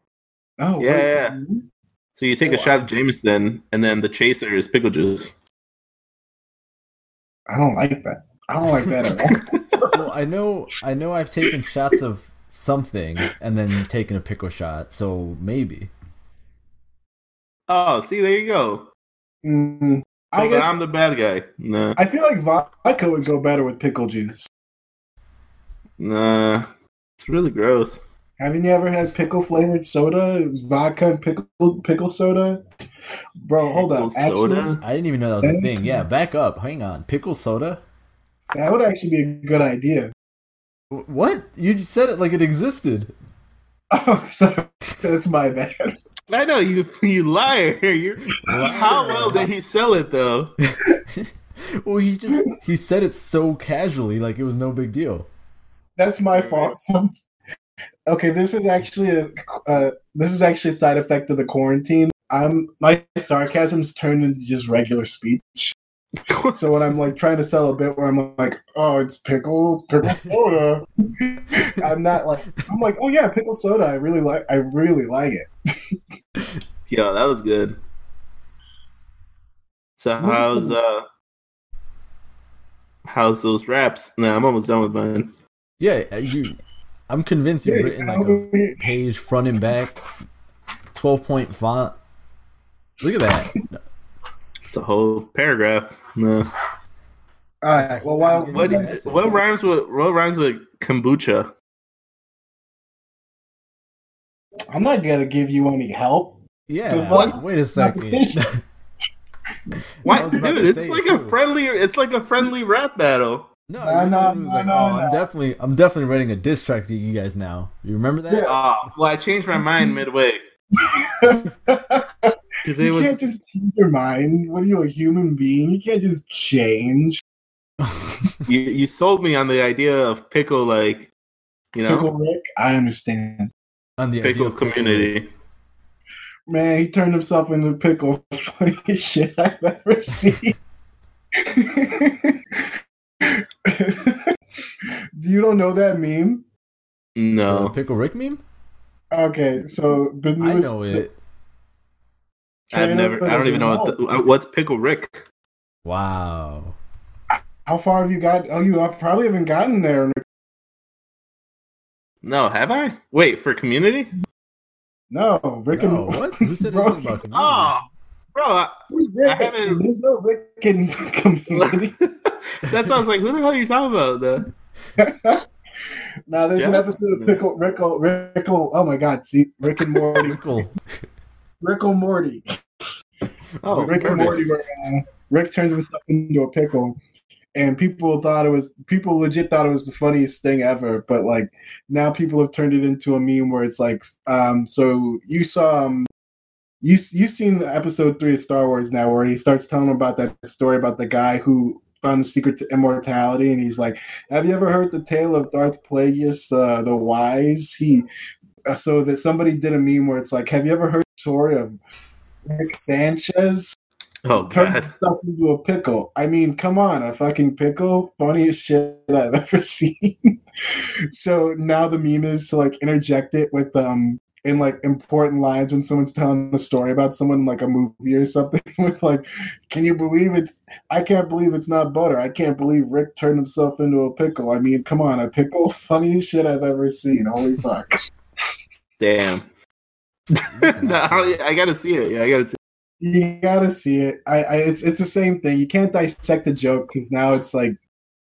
Speaker 5: Oh,
Speaker 2: Yeah,
Speaker 5: wait.
Speaker 2: yeah. So you
Speaker 5: Oh,
Speaker 2: take a shot of Jameson, and then the chaser is pickle juice.
Speaker 5: I don't like that. I don't like that at all.
Speaker 3: Well, I know. I know. I've taken shots of something and then taken a pickle shot. So maybe.
Speaker 2: Oh, see, there you go.
Speaker 5: Mm, I
Speaker 2: I
Speaker 5: guess
Speaker 2: am the bad guy. Nah,
Speaker 5: I feel like vodka would go better with pickle juice.
Speaker 2: nah, it's really gross.
Speaker 5: Haven't you ever had pickle flavored soda? It was vodka and pickle pickle soda. Bro, hold up.
Speaker 2: Pickle soda?
Speaker 5: Actually,
Speaker 3: I didn't even know that was a thing. Yeah, back up. Hang on. Pickle soda.
Speaker 5: that would actually be a good idea.
Speaker 3: Wh- What? You just said it like it existed.
Speaker 5: Oh, sorry. That's my bad.
Speaker 2: I know you, you liar. You're, how well did he sell it though?
Speaker 3: Well, he just he said it so casually, like it was no big deal.
Speaker 5: That's my fault. Some- okay, this is actually a uh, this is actually a side effect of the quarantine. I'm my sarcasm's turned into just regular speech. So when I'm like trying to sell a bit where I'm like, oh, it's pickles, pickle soda. I'm not like I'm like, oh yeah, pickle soda. I really like. I really like it.
Speaker 2: Yo, that was good. So
Speaker 5: What the-
Speaker 2: how's uh how's those raps? Nah, I'm almost done with mine.
Speaker 3: Yeah, uh, you. I'm convinced you've written like a page front and back, twelve point font. Look at that.
Speaker 2: It's a whole paragraph. No.
Speaker 5: All right. Well, while
Speaker 2: What what rhymes with what rhymes with kombucha?
Speaker 5: I'm not gonna give you any help.
Speaker 3: Yeah.
Speaker 5: What?
Speaker 3: Wait a second. I
Speaker 2: Why
Speaker 3: was about
Speaker 2: dude,
Speaker 3: to
Speaker 2: it's
Speaker 3: say
Speaker 2: like
Speaker 3: it,
Speaker 2: a
Speaker 3: too.
Speaker 2: friendly it's like a friendly rap battle.
Speaker 3: no,
Speaker 5: No,
Speaker 3: you
Speaker 5: no,
Speaker 3: know, it was
Speaker 5: no,
Speaker 3: like,
Speaker 5: no,
Speaker 3: oh,
Speaker 5: no.
Speaker 3: I'm definitely, I'm definitely writing a diss track to you guys now. You remember that?
Speaker 5: Yeah.
Speaker 2: Ah, well I changed my mind midway. Because it
Speaker 5: you
Speaker 2: was
Speaker 5: can't just change your mind. What are you, a human being? You can't just change.
Speaker 2: you, you sold me on the idea of pickle like you know
Speaker 5: Pickle Rick, I understand.
Speaker 3: On the
Speaker 2: pickle
Speaker 3: idea of pickle.
Speaker 2: community.
Speaker 5: Man, he turned himself into pickle. Funniest shit I've ever seen. you don't know that meme?
Speaker 3: Uh,
Speaker 2: No.
Speaker 3: pickle Rick meme.
Speaker 5: Okay, so the
Speaker 3: I
Speaker 5: newest.
Speaker 3: know it.
Speaker 2: I've never. I don't even know what the, uh, what's pickle Rick.
Speaker 3: Wow.
Speaker 5: How far have you got? Oh, you probably haven't gotten there.
Speaker 2: No, have I? Wait for community.
Speaker 5: No, Rick
Speaker 3: No,
Speaker 5: and
Speaker 3: what? Who said
Speaker 5: Bro.
Speaker 3: anything about community?
Speaker 2: Oh, bro, I-
Speaker 5: Who's Rick?
Speaker 2: I haven't-
Speaker 5: There's no Rick in community.
Speaker 2: that's why I was like, "Who the hell are you talking about?" Though?
Speaker 5: now there's an
Speaker 2: Yeah.
Speaker 5: episode of Pickle Rickle Rickle. Oh my God! See Rick and Morty.
Speaker 3: Pickle.
Speaker 5: Rickle Morty.
Speaker 2: Oh,
Speaker 5: Rick and Morty,
Speaker 2: Curtis.
Speaker 5: where uh, Rick turns himself into a pickle, and people thought it was people legit thought it was the funniest thing ever. But like now, people have turned it into a meme where it's like, um, so you saw, um, you you seen the episode three of Star Wars now, where he starts telling about that story about the guy who found the secret to immortality, and he's like, have you ever heard the tale of Darth Plagueis uh, the Wise? He uh, so that somebody did a meme where it's like, have you ever heard the story of Rick Sanchez?
Speaker 2: Oh
Speaker 5: Turn
Speaker 2: god,
Speaker 5: yourself into a pickle. I mean, come on, a fucking pickle. Funniest shit I've ever seen. so now the meme is to like interject it with um in like important lines when someone's telling a story about someone like a movie or something with like, can you believe it's I can't believe it's not butter. I can't believe Rick turned himself into a pickle. I mean, come on, a pickle. Funniest shit I've ever seen. Holy fuck.
Speaker 2: damn. no, I, don't- I gotta see it. Yeah, I gotta see.
Speaker 5: you gotta see it. I, I it's it's the same thing. You can't dissect a joke because now it's like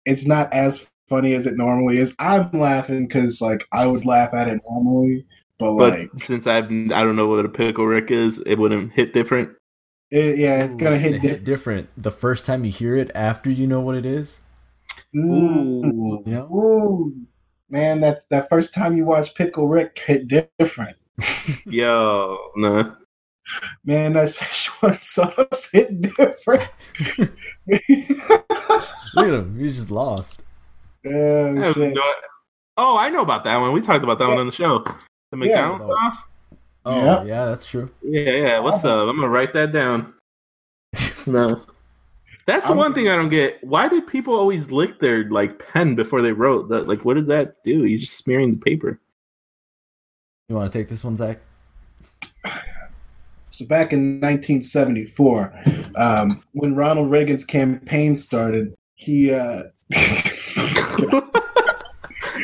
Speaker 5: it's not as funny as it normally is. I'm laughing because like I would laugh at it normally, but
Speaker 2: But
Speaker 5: like
Speaker 2: since I've I don't know what a pickle Rick is, it wouldn't hit different.
Speaker 5: it, yeah, it's gonna hit.
Speaker 3: different. the first time you hear it after you know what it is.
Speaker 5: di- Mm.
Speaker 2: Ooh,
Speaker 3: You know?
Speaker 5: Ooh, man, that's that first time you watch Pickle Rick hit different.
Speaker 2: yo, no.
Speaker 5: Man, that Szechuan sauce hit different.
Speaker 3: Look at him. He's just lost.
Speaker 5: oh,
Speaker 2: I have
Speaker 5: shit.
Speaker 2: no- Oh, I know about that one. We talked about that one on the show. The
Speaker 5: Yeah.
Speaker 2: McDonald's sauce?
Speaker 3: Oh
Speaker 5: Yeah.
Speaker 3: yeah, that's true.
Speaker 2: Yeah, yeah. What's up? I'm gonna write that down. No. That's the
Speaker 5: I'm-
Speaker 2: one thing I don't get. Why did people always lick their like pen before they wrote? That like what does that do? You're just smearing the paper.
Speaker 3: You want to take this one, Zach?
Speaker 5: So back in 1974, um, when Ronald Reagan's campaign started, he uh,
Speaker 2: Oh,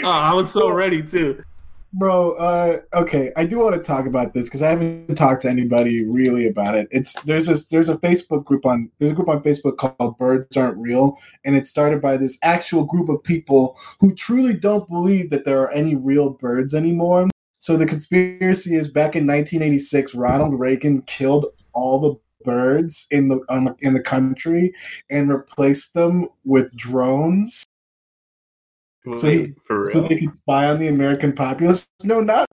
Speaker 2: I was so ready too.
Speaker 5: bro. Uh, okay, I do want to talk about this because I haven't talked to anybody really about it. It's there's this there's a Facebook group on there's a group on Facebook called Birds Aren't Real, and it's started by this actual group of people who truly don't believe that there are any real birds anymore. So the conspiracy is back in 1986, Ronald Reagan killed all the birds in the, on the in the country and replaced them with drones So he-
Speaker 2: Wait, for
Speaker 5: so
Speaker 2: real.
Speaker 5: they could spy on the American populace. No, not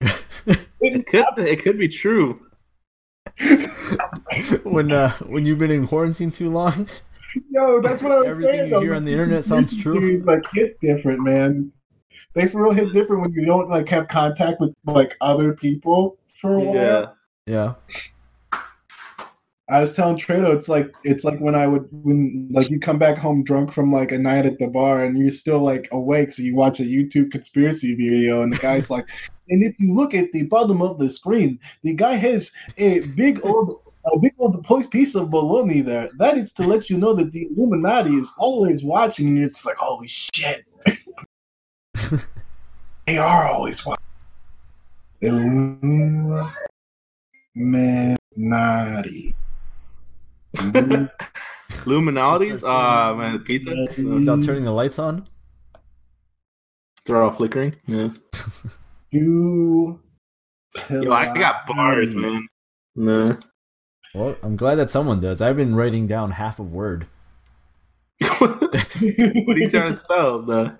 Speaker 2: it could it could be true.
Speaker 3: when uh, when you've been in quarantine too long,
Speaker 5: no. That's what I was
Speaker 3: Everything
Speaker 5: saying.
Speaker 3: you hear on the internet sounds true.
Speaker 5: It's like hit different, man. They for real hit different when you don't like have contact with like other people for a while.
Speaker 2: Yeah.
Speaker 3: yeah,
Speaker 5: I was telling Trado, it's like it's like when I would when like you come back home drunk from like a night at the bar and you're still like awake, so you watch a YouTube conspiracy video and the guy's like, and if you look at the bottom of the screen, the guy has a big old a big old po- piece of baloney there. That is to let you know that the Illuminati is always watching, and it's like holy shit, they are always watching. Illuminati.
Speaker 2: Luminalities?
Speaker 3: Just a-
Speaker 2: Ah man, the pizza.
Speaker 5: Mm.
Speaker 3: without turning the lights on.
Speaker 2: They're all flickering. Yeah.
Speaker 5: You.
Speaker 2: Yo, I got bars, man. No.
Speaker 3: Well, I'm glad that someone does. I've been writing down half a word.
Speaker 2: what are you trying to spell? The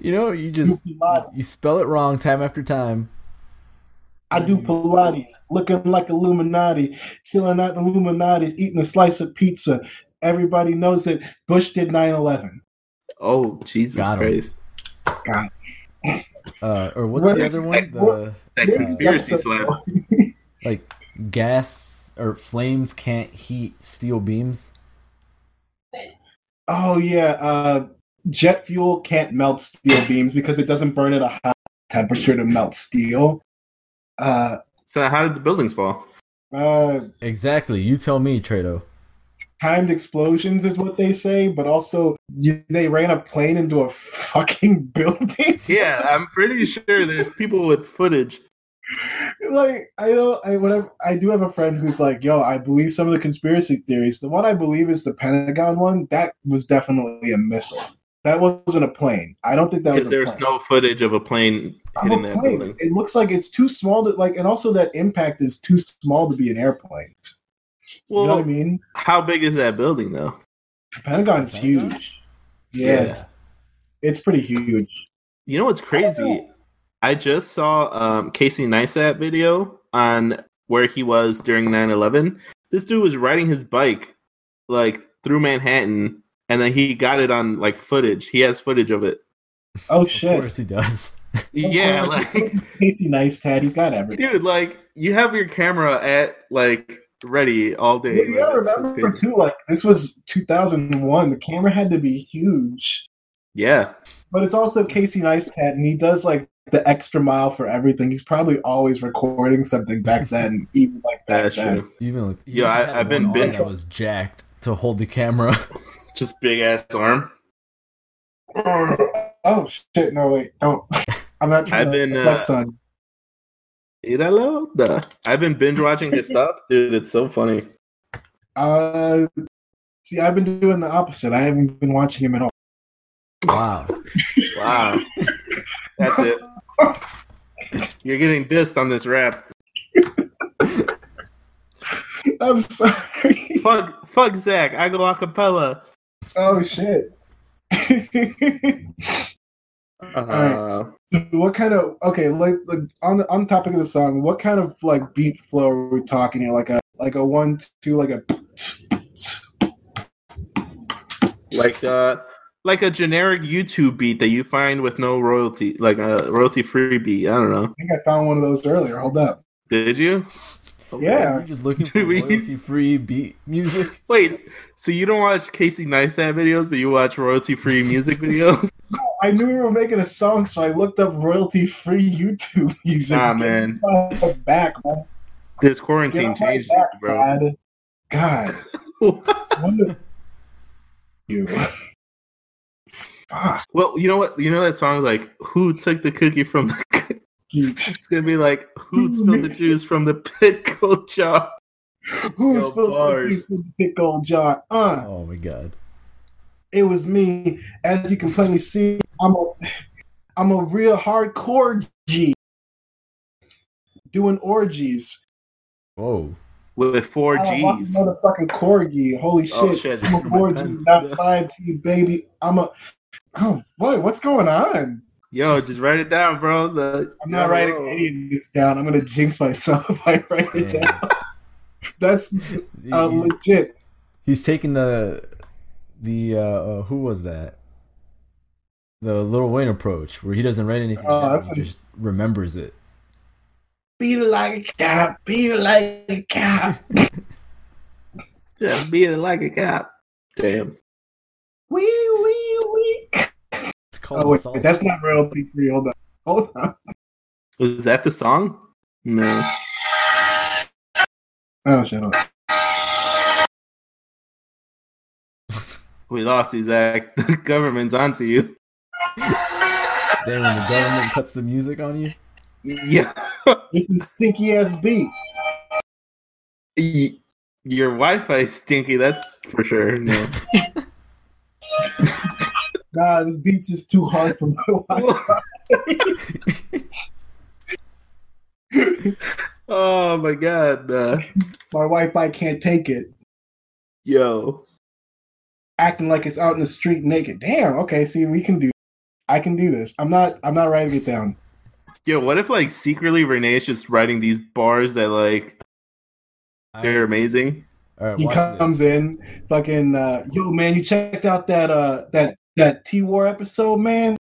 Speaker 3: You know, you just you spell it wrong time after time.
Speaker 5: I do Pilates, looking like Illuminati, chilling out Illuminati, eating a slice of pizza. Everybody knows that Bush did 9 11.
Speaker 2: Oh Jesus
Speaker 3: Got 'em.
Speaker 2: Christ.
Speaker 3: Uh, or what's
Speaker 5: What
Speaker 3: the
Speaker 5: is-
Speaker 3: other one? The
Speaker 2: That
Speaker 5: Where's
Speaker 2: conspiracy
Speaker 5: the-
Speaker 2: slap.
Speaker 3: like gas or flames can't heat steel beams.
Speaker 5: Oh, yeah. Uh, jet fuel can't melt steel beams because it doesn't burn at a high temperature to melt steel. Uh,
Speaker 2: So how did the buildings fall?
Speaker 5: uh,
Speaker 3: Exactly. You tell me, Trado.
Speaker 5: timed explosions is what they say, but also you, they ran a plane into a fucking building.
Speaker 2: Yeah, I'm pretty sure there's people with footage.
Speaker 5: like I don't, I whatever. I do have a friend who's like, "Yo, I believe some of the conspiracy theories. The one I believe is the Pentagon one. That was definitely a missile. That wasn't a plane. I don't think that was
Speaker 2: Because
Speaker 5: a
Speaker 2: there's
Speaker 5: plane.
Speaker 2: no footage of a plane
Speaker 5: Of a
Speaker 2: hitting that
Speaker 5: plane.
Speaker 2: building.
Speaker 5: It looks like it's too small to like, and also that impact is too small to be an airplane.
Speaker 2: Well,
Speaker 5: you know what I mean?
Speaker 2: how big is that building though?
Speaker 5: The Pentagon's
Speaker 3: Pentagon?
Speaker 5: huge. Yeah, it's pretty huge.
Speaker 2: You know what's crazy? I just saw um, Casey Neistat video on where he was during 9/11. This dude was riding his bike like through Manhattan, and then he got it on like footage. He has footage of it.
Speaker 5: Oh
Speaker 3: Of
Speaker 5: shit!
Speaker 3: course he does.
Speaker 2: Oh, Yeah,
Speaker 5: course.
Speaker 2: like
Speaker 5: Casey Neistat, he's got everything.
Speaker 2: dude, like you have your camera at like ready all day.
Speaker 5: You gotta
Speaker 2: Like, that's- that's
Speaker 5: remember
Speaker 2: crazy.
Speaker 5: too, like this was 2001. The camera had to be huge,
Speaker 2: Yeah.
Speaker 5: but it's also Casey Neistat, and he does like the extra mile for everything. He's probably always recording something back then, even like back
Speaker 2: That's
Speaker 5: then.
Speaker 2: true.
Speaker 3: Even like
Speaker 2: Yeah, I- I've been
Speaker 3: bent.
Speaker 2: binge-
Speaker 3: I was jacked to hold the camera.
Speaker 2: Just big ass arm.
Speaker 5: Oh shit! No wait, don't. I'm not trying
Speaker 2: I've
Speaker 5: to
Speaker 2: been, uh,
Speaker 5: flex on.
Speaker 2: Hello. I've been binge watching his stuff, dude. It's so funny.
Speaker 5: Uh, see, I've been doing the opposite. I haven't been watching him at all.
Speaker 3: wow.
Speaker 2: Wow. That's it. You're getting dissed on this rap.
Speaker 5: I'm sorry.
Speaker 2: Fuck, fuck Zach. I go acapella.
Speaker 5: Oh shit.
Speaker 2: Uh,
Speaker 5: So what kind of okay like, like on the on the topic of the song what kind of like beat flow are we talking here like a like a one two like a
Speaker 2: like, uh, like a generic YouTube beat that you find with no royalty, like a royalty free beat. I don't know.
Speaker 5: I think I found one of those earlier. Hold up.
Speaker 2: Did you?
Speaker 5: Yeah.
Speaker 3: We're just looking for
Speaker 2: Do we-
Speaker 3: royalty free beat music.
Speaker 2: Wait, so you don't watch Casey Neistat videos, but you watch royalty free music videos?
Speaker 5: I knew we were making a song, so I looked up royalty free YouTube music.
Speaker 2: Nah, man.
Speaker 5: Get off my back, man.
Speaker 2: This
Speaker 5: Get
Speaker 2: quarantine
Speaker 5: off my
Speaker 2: changed it,
Speaker 5: back,
Speaker 2: bro.
Speaker 5: Dad. God. I wonder you. Fuck
Speaker 2: well, you know what? You know that song like "Who took the cookie from the?" Cookie?
Speaker 5: you.
Speaker 2: It's gonna be like "Who spilled the juice from the pickle jar?"
Speaker 5: Who
Speaker 2: Yo,
Speaker 5: spilled the
Speaker 2: bars.
Speaker 5: juice in the big old jar? Uh,
Speaker 3: Oh my god.
Speaker 5: it was me. As you can plainly see, I'm a, I'm a real hardcore G, doing orgies.
Speaker 3: Whoa.
Speaker 2: With four
Speaker 5: I don't want
Speaker 2: G's.
Speaker 5: Motherfucking corgi. Holy shit.
Speaker 2: Oh shit! I just
Speaker 5: I'm a
Speaker 2: threw my
Speaker 5: 4G,
Speaker 2: pen.
Speaker 5: not 5G, baby. I'm a. Oh boy, what's going on?
Speaker 2: Yo, just write it down, bro. The,
Speaker 5: I'm not writing any of this down. I'm gonna jinx myself if I write it down.
Speaker 3: Damn.
Speaker 5: That's
Speaker 3: He-
Speaker 5: uh,
Speaker 3: he-
Speaker 5: legit.
Speaker 3: he's taking the the uh, uh who was that? The little Wayne approach where he doesn't write anything
Speaker 5: Oh,
Speaker 3: down,
Speaker 5: that's
Speaker 3: he
Speaker 5: funny.
Speaker 3: just remembers it.
Speaker 5: Be like a cat. Be like a cat.
Speaker 2: Yeah, being like a cop. Damn.
Speaker 5: Wee wee wee.
Speaker 3: It's called
Speaker 5: Oh wait,
Speaker 3: Salt.
Speaker 5: that's not royalty free. Hold on. Hold on.
Speaker 2: Was that the song? No.
Speaker 5: Oh shut up.
Speaker 2: We lost you, Zach. The government's onto you.
Speaker 3: Then when the government cuts the music on you.
Speaker 2: Yeah.
Speaker 5: This is stinky ass beat.
Speaker 2: Y- Your Wi Fi stinky, that's for sure. No.
Speaker 5: Nah, this beat's just too hard for my wife.
Speaker 2: oh my god. Uh,
Speaker 5: My Wi-Fi can't take it.
Speaker 2: yo.
Speaker 5: Acting like it's out in the street naked. Damn. Okay. See, we can do. I can do this. I'm not. I'm not writing it down.
Speaker 2: Yo, what if like secretly Renee is just writing these bars that like
Speaker 3: I-
Speaker 2: they're amazing?
Speaker 3: all right,
Speaker 5: he
Speaker 3: watch
Speaker 5: comes
Speaker 3: this.
Speaker 5: in, fucking, uh, yo, man, you checked out that uh that that T War episode, man.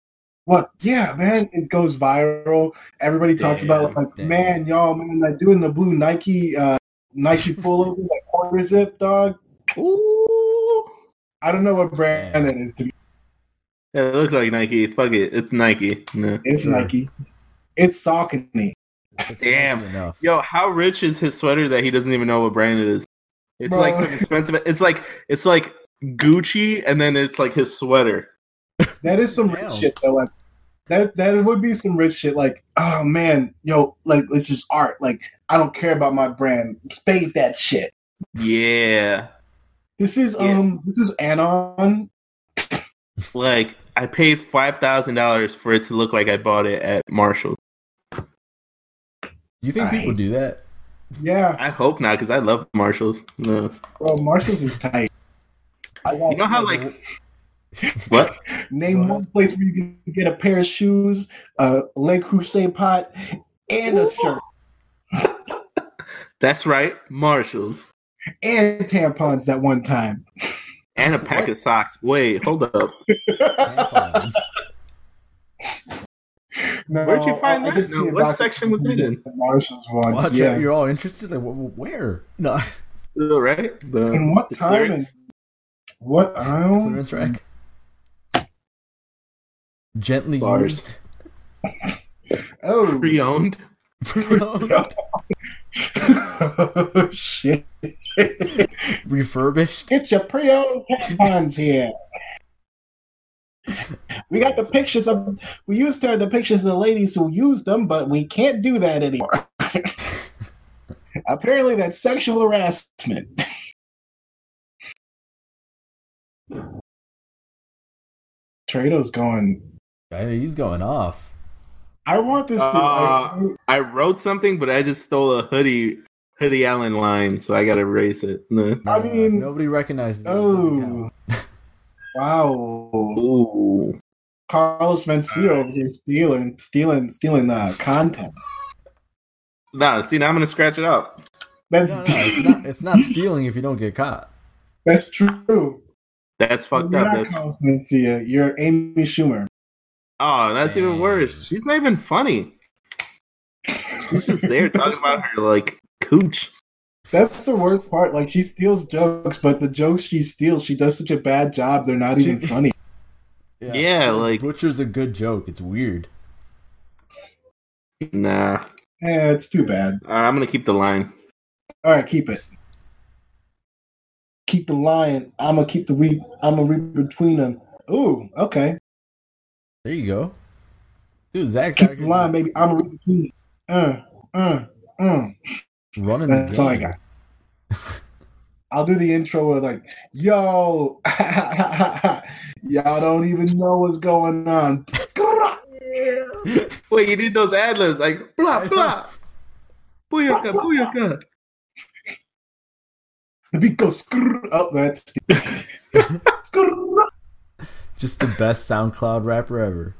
Speaker 5: What? Yeah, man, it goes viral. Everybody talks
Speaker 2: Damn,
Speaker 5: about like,
Speaker 3: damn.
Speaker 5: man, y'all, man, that dude in the blue Nike uh Nike pullover, that quarter zip, dog.
Speaker 2: Ooh.
Speaker 5: I don't know what brand
Speaker 3: Damn.
Speaker 5: that is. To me.
Speaker 2: Yeah, it looks like Nike. Fuck it. It's Nike. No.
Speaker 5: It's
Speaker 2: Sure.
Speaker 5: Nike. It's Saucony.
Speaker 3: That's
Speaker 2: Damn.
Speaker 3: funny Enough.
Speaker 2: Yo, how rich is his sweater that he doesn't even know what brand it is? It's
Speaker 5: Bro.
Speaker 2: like some expensive. It's like it's like Gucci, and then it's like his sweater.
Speaker 5: That is some
Speaker 3: Damn.
Speaker 5: rich shit though. Like that that would be some rich shit. Like, oh man, yo, like it's just art. Like, I don't care about my brand. Spade that shit.
Speaker 2: Yeah,
Speaker 5: This is
Speaker 2: Yeah.
Speaker 5: um this is Anon.
Speaker 2: like I paid five thousand dollars for it to look like I bought it at Marshall.
Speaker 3: You think
Speaker 5: I-
Speaker 3: people do that?
Speaker 5: Yeah,
Speaker 2: I hope not, because I love Marshalls. No.
Speaker 5: well Marshall's is tight. I got
Speaker 2: You know how like what?
Speaker 5: name
Speaker 3: Go
Speaker 5: one place where you can get a pair of shoes, a Le Creuset pot, and a
Speaker 2: Ooh.
Speaker 5: shirt
Speaker 2: That's right, Marshalls
Speaker 5: and tampons that one time.
Speaker 2: and a pack of socks. Wait, hold up.
Speaker 3: Tampons.
Speaker 5: No,
Speaker 2: Where'd you find
Speaker 5: I
Speaker 2: that?
Speaker 5: can see
Speaker 2: No,
Speaker 5: a
Speaker 2: what
Speaker 5: box of
Speaker 2: section was it in?
Speaker 5: the Marshalls once,
Speaker 3: Watch
Speaker 5: yeah.
Speaker 3: out, you're all interested. Like, wh- wh- where? No,
Speaker 2: All right. The,
Speaker 5: And what
Speaker 2: the
Speaker 5: time and
Speaker 2: clearance.
Speaker 5: what um, aisle?
Speaker 3: clearance rack. Gently
Speaker 2: Bars.
Speaker 3: used.
Speaker 5: Oh,
Speaker 2: pre-owned?
Speaker 5: Oh, shit!
Speaker 3: refurbished.
Speaker 5: Get your pre-owned tampons here. We got the pictures of we used to have the pictures of the ladies who used them, but we can't do that anymore. Apparently, that's sexual harassment. Trado's going.
Speaker 3: I mean, he's going off.
Speaker 5: I want this. to,
Speaker 2: Uh, I wrote something, but I just stole a hoodie hoodie Allen line, so I gotta erase it. No.
Speaker 5: I
Speaker 3: Nah, if
Speaker 5: mean-
Speaker 3: nobody recognizes. it, it doesn't
Speaker 5: oh,
Speaker 3: count.
Speaker 5: wow!
Speaker 2: Ooh.
Speaker 5: Carlos Mencia over here stealing, stealing, stealing uh, content.
Speaker 2: Nah, see now I'm gonna scratch it out.
Speaker 5: That's
Speaker 3: No, no, it's not. It's not stealing if you don't get caught.
Speaker 5: that's true.
Speaker 2: That's fucked
Speaker 5: You're
Speaker 2: up.
Speaker 5: not
Speaker 2: That's
Speaker 5: Carlos Mencia. You're Amy Schumer.
Speaker 2: oh, that's even
Speaker 3: Damn.
Speaker 2: worse. She's not even funny. She's just there talking about her like cooch.
Speaker 5: That's the worst part. Like she steals jokes, but the jokes she steals, she does such a bad job. They're not even
Speaker 3: She-
Speaker 5: funny.
Speaker 2: Yeah, like-
Speaker 3: Butcher's a good joke. It's weird.
Speaker 2: Nah,
Speaker 5: Yeah, Eh, it's too bad.
Speaker 2: All right, I'm gonna keep the line.
Speaker 5: All right, keep it. Keep the lion. I'ma keep the reap. I'ma reap between them. Ooh, okay.
Speaker 3: There you go. Dude, Zach's
Speaker 5: Keep the
Speaker 3: actually
Speaker 5: lion, baby. I'ma reap between them. Uh, uh, uh.
Speaker 3: running the
Speaker 5: That's all I
Speaker 3: game.
Speaker 5: got. I'll do the intro with like, yo, y'all don't even know what's going on.
Speaker 2: Wait, you need those ad libs like blah blah. Booyaka, booyaka.
Speaker 5: The beat goes skrrr. Oh, that's Skrrr.
Speaker 3: Just the best SoundCloud rapper ever.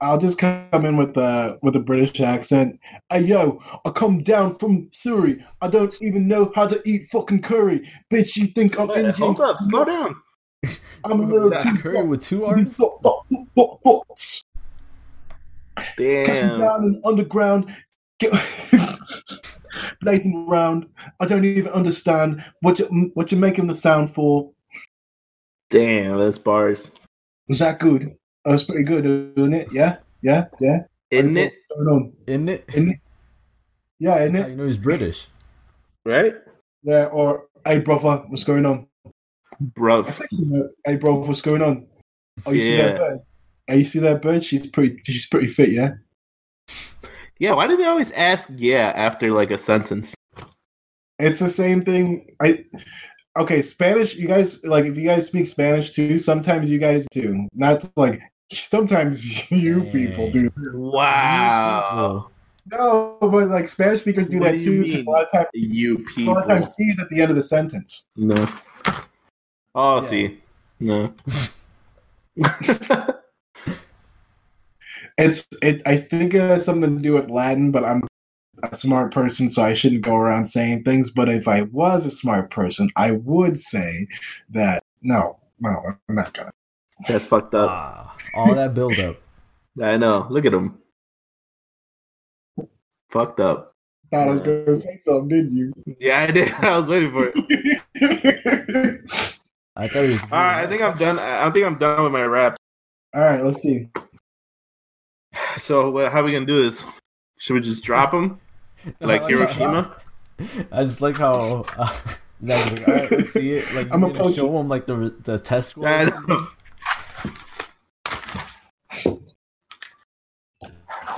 Speaker 5: I'll just come in with the with a British accent. Hey yo, I come down from Surrey. I don't even know how to eat fucking curry. Bitch, you think I'm
Speaker 2: Hey,
Speaker 5: Indian?
Speaker 2: hold up, slow down.
Speaker 5: I'm a little
Speaker 2: That
Speaker 5: too
Speaker 3: Curry with two
Speaker 5: fucked. You
Speaker 3: R's.
Speaker 5: fuck- fuck- fuck- fuck- fucks. Cutting
Speaker 2: Damn.
Speaker 5: down and underground, get, blazing round. I don't even understand what you what you're making the sound for.
Speaker 2: Damn, that's bars.
Speaker 5: Was that good? That was pretty good, wasn't it? Yeah, yeah, yeah.
Speaker 2: Isn't it?
Speaker 5: What's going on?
Speaker 3: Isn't it?
Speaker 5: Yeah, isn't
Speaker 3: That's how
Speaker 5: it?
Speaker 3: you know he's British.
Speaker 2: Right?
Speaker 5: Yeah. Or hey, brother, what's going on?
Speaker 2: Bro.
Speaker 5: That's actually no, hey, brother, what's going on? Oh, you see
Speaker 2: Yeah.
Speaker 5: that bird? Hey, you see that bird? She's pretty. She's pretty fit, yeah.
Speaker 2: Yeah, why do they always ask yeah after like a sentence?
Speaker 5: It's the same thing. I okay, Spanish. You guys like if you guys speak Spanish too. Sometimes you guys do. Not like sometimes you people do.
Speaker 2: Wow.
Speaker 5: No, but like Spanish speakers do
Speaker 2: What
Speaker 5: that
Speaker 2: do you
Speaker 5: too. 'cause
Speaker 2: mean?
Speaker 5: A lot of times,
Speaker 2: You
Speaker 5: a lot of times,
Speaker 2: people.
Speaker 5: C's at the end of the sentence.
Speaker 2: No. Oh,
Speaker 3: Yeah.
Speaker 2: see. No.
Speaker 5: It's it. I think it has something to do with Latin, but I'm a smart person, so I shouldn't go around saying things. But if I was a smart person, I would say that no, no, I'm not gonna.
Speaker 2: that's fucked up.
Speaker 3: Ah, all that build up.
Speaker 2: I know. Look at him. Fucked up.
Speaker 5: Thought I was gonna say something, did you?
Speaker 2: Yeah, I did. I was waiting for it.
Speaker 3: I thought he was.
Speaker 2: All right, I think I'm done. I I think I'm done with my rap.
Speaker 5: All right, let's see.
Speaker 2: So, what, how are we gonna do this? Should we just drop them
Speaker 5: Oh,
Speaker 2: like Hiroshima?
Speaker 3: I just like how uh, Zach was like, all right, let's see it. Like,
Speaker 5: I'm
Speaker 3: I'm
Speaker 5: gonna
Speaker 3: gonna
Speaker 5: punch
Speaker 3: show him like the the test score.
Speaker 2: I know.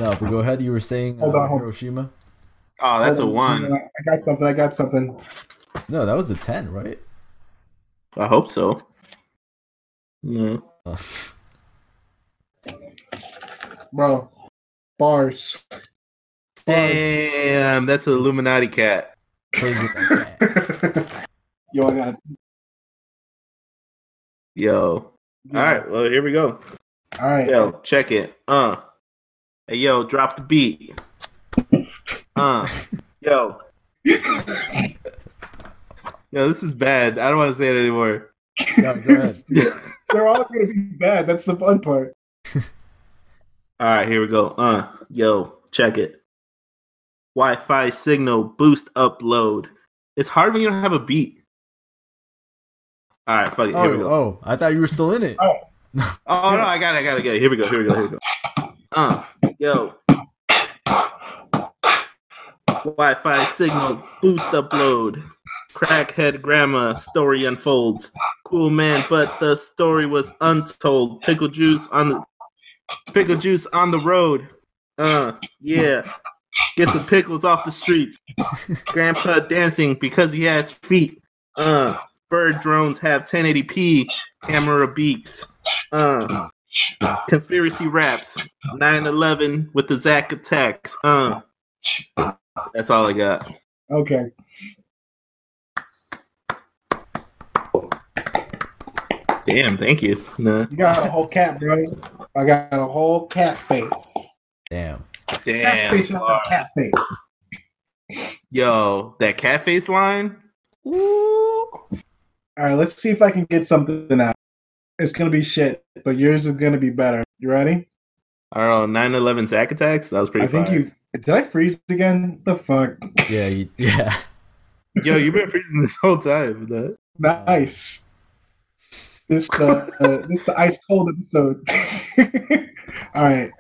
Speaker 3: No, but go ahead. You were saying
Speaker 5: Hold
Speaker 3: uh,
Speaker 5: on, hold on.
Speaker 3: Hiroshima.
Speaker 2: Oh, that's a
Speaker 5: Hold on,
Speaker 2: one.
Speaker 5: I got something. I got something.
Speaker 3: No, that was a ten, right?
Speaker 2: I hope so. No.
Speaker 3: Uh,
Speaker 5: Bro, bars.
Speaker 2: Damn, that's an Illuminati cat.
Speaker 3: plays it like that.
Speaker 5: Yo, I got it.
Speaker 2: Yo. All right, well here we go.
Speaker 5: All right.
Speaker 2: Yo, check it. Uh. Hey, yo, drop the beat. Uh. Yo. Yo, this is bad. I don't want to say it anymore.
Speaker 3: No, go ahead.
Speaker 5: They're all going to be bad. That's the fun part.
Speaker 2: All right, here we go. Uh, yo, check it. Wi-Fi signal boost upload. It's hard when you don't have a beat. All right, fuck it. Here we
Speaker 3: Oh,
Speaker 2: go.
Speaker 3: oh, I thought you were still in it.
Speaker 5: Oh.
Speaker 2: Oh no, I got it. I got it. I got it. Here we go. Here we go. Here we go. Uh, yo. Wi-Fi signal boost upload. Crackhead grandma story unfolds. Cool man, but the story was untold. Pickle juice on the pickle juice on the road. Uh, yeah. Get the pickles off the streets. Grandpa dancing because he has feet. Uh, bird drones have 1080p camera beats. Uh, conspiracy raps. 9/11 with the Zach attacks. Uh, that's all I got.
Speaker 5: Okay.
Speaker 2: Damn, thank you. Nah.
Speaker 5: You got a whole cat, bro. I got a whole cat face.
Speaker 3: Damn.
Speaker 5: Cat
Speaker 2: Damn,
Speaker 5: face, not
Speaker 2: Laura.
Speaker 5: a cat face.
Speaker 2: yo, that cat face line. Ooh,
Speaker 5: All right, let's see if I can get something out. It's gonna be shit, but yours is gonna be better. You ready?
Speaker 2: I don't know, 9 11 Zack attacks? That was pretty
Speaker 5: I think
Speaker 2: fire.
Speaker 5: you did. I freeze again. The fuck.
Speaker 3: Yeah, you, yeah.
Speaker 2: Yo, you've been freezing this whole time. That.
Speaker 5: Nice. This uh, uh, this the ice cold episode. All right,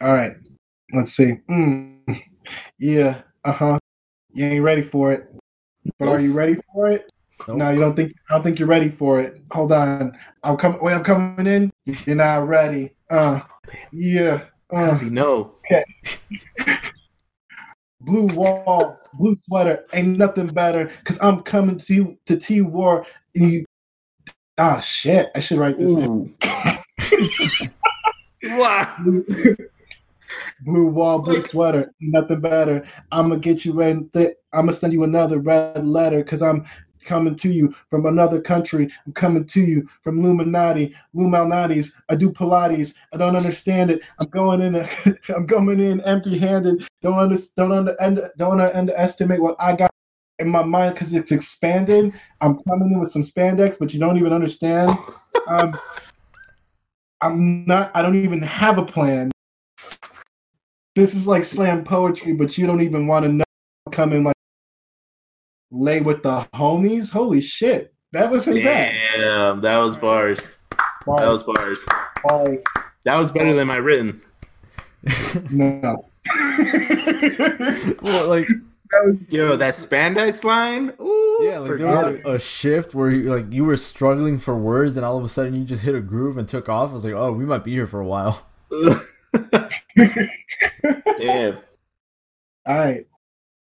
Speaker 5: all right. Let's see. Mm. Yeah. Uh huh. You ain't ready for it, but are you ready for it?
Speaker 3: Nope.
Speaker 5: No, you don't think. I don't think you're ready for it. Hold on. I'm coming. Wait, I'm coming in. You're not ready. Uh. Yeah.
Speaker 2: How
Speaker 5: Uh,
Speaker 2: does he know?
Speaker 5: blue wall, blue sweater, ain't nothing better. Cause I'm coming to you to T War and you Ah shit. I should write this down.
Speaker 2: Wow.
Speaker 5: Blue wall,
Speaker 2: It's
Speaker 5: blue
Speaker 2: like-
Speaker 5: sweater, ain't nothing better. I'ma get you in th- I'ma send you another red letter cause I'm coming to you from another country. I'm coming to you from Luminati, Lumalnatis. I do Pilates. I don't understand it. I'm going in. A, I'm coming in empty-handed. Don't under, don't under, under, don't under, underestimate what I got in my mind because it's expanded. I'm coming in with some spandex, but you don't even understand. Um, I'm not. I don't even have a plan. This is like slam poetry, but you don't even want to know. Come in like lay with the homies. Holy shit, that wasn't bad.
Speaker 2: Damn, that was bars. That was bars.
Speaker 5: Bars.
Speaker 2: That was better than my written.
Speaker 5: No. that
Speaker 3: well, like
Speaker 5: was
Speaker 2: Yo, that spandex line? Ooh,
Speaker 3: yeah, like there
Speaker 2: forgot
Speaker 3: was a, a shift where you, like you were struggling for words, and all of a sudden you just hit a groove and took off. I was like, oh, we might be here for a while.
Speaker 2: it. Damn.
Speaker 5: all right.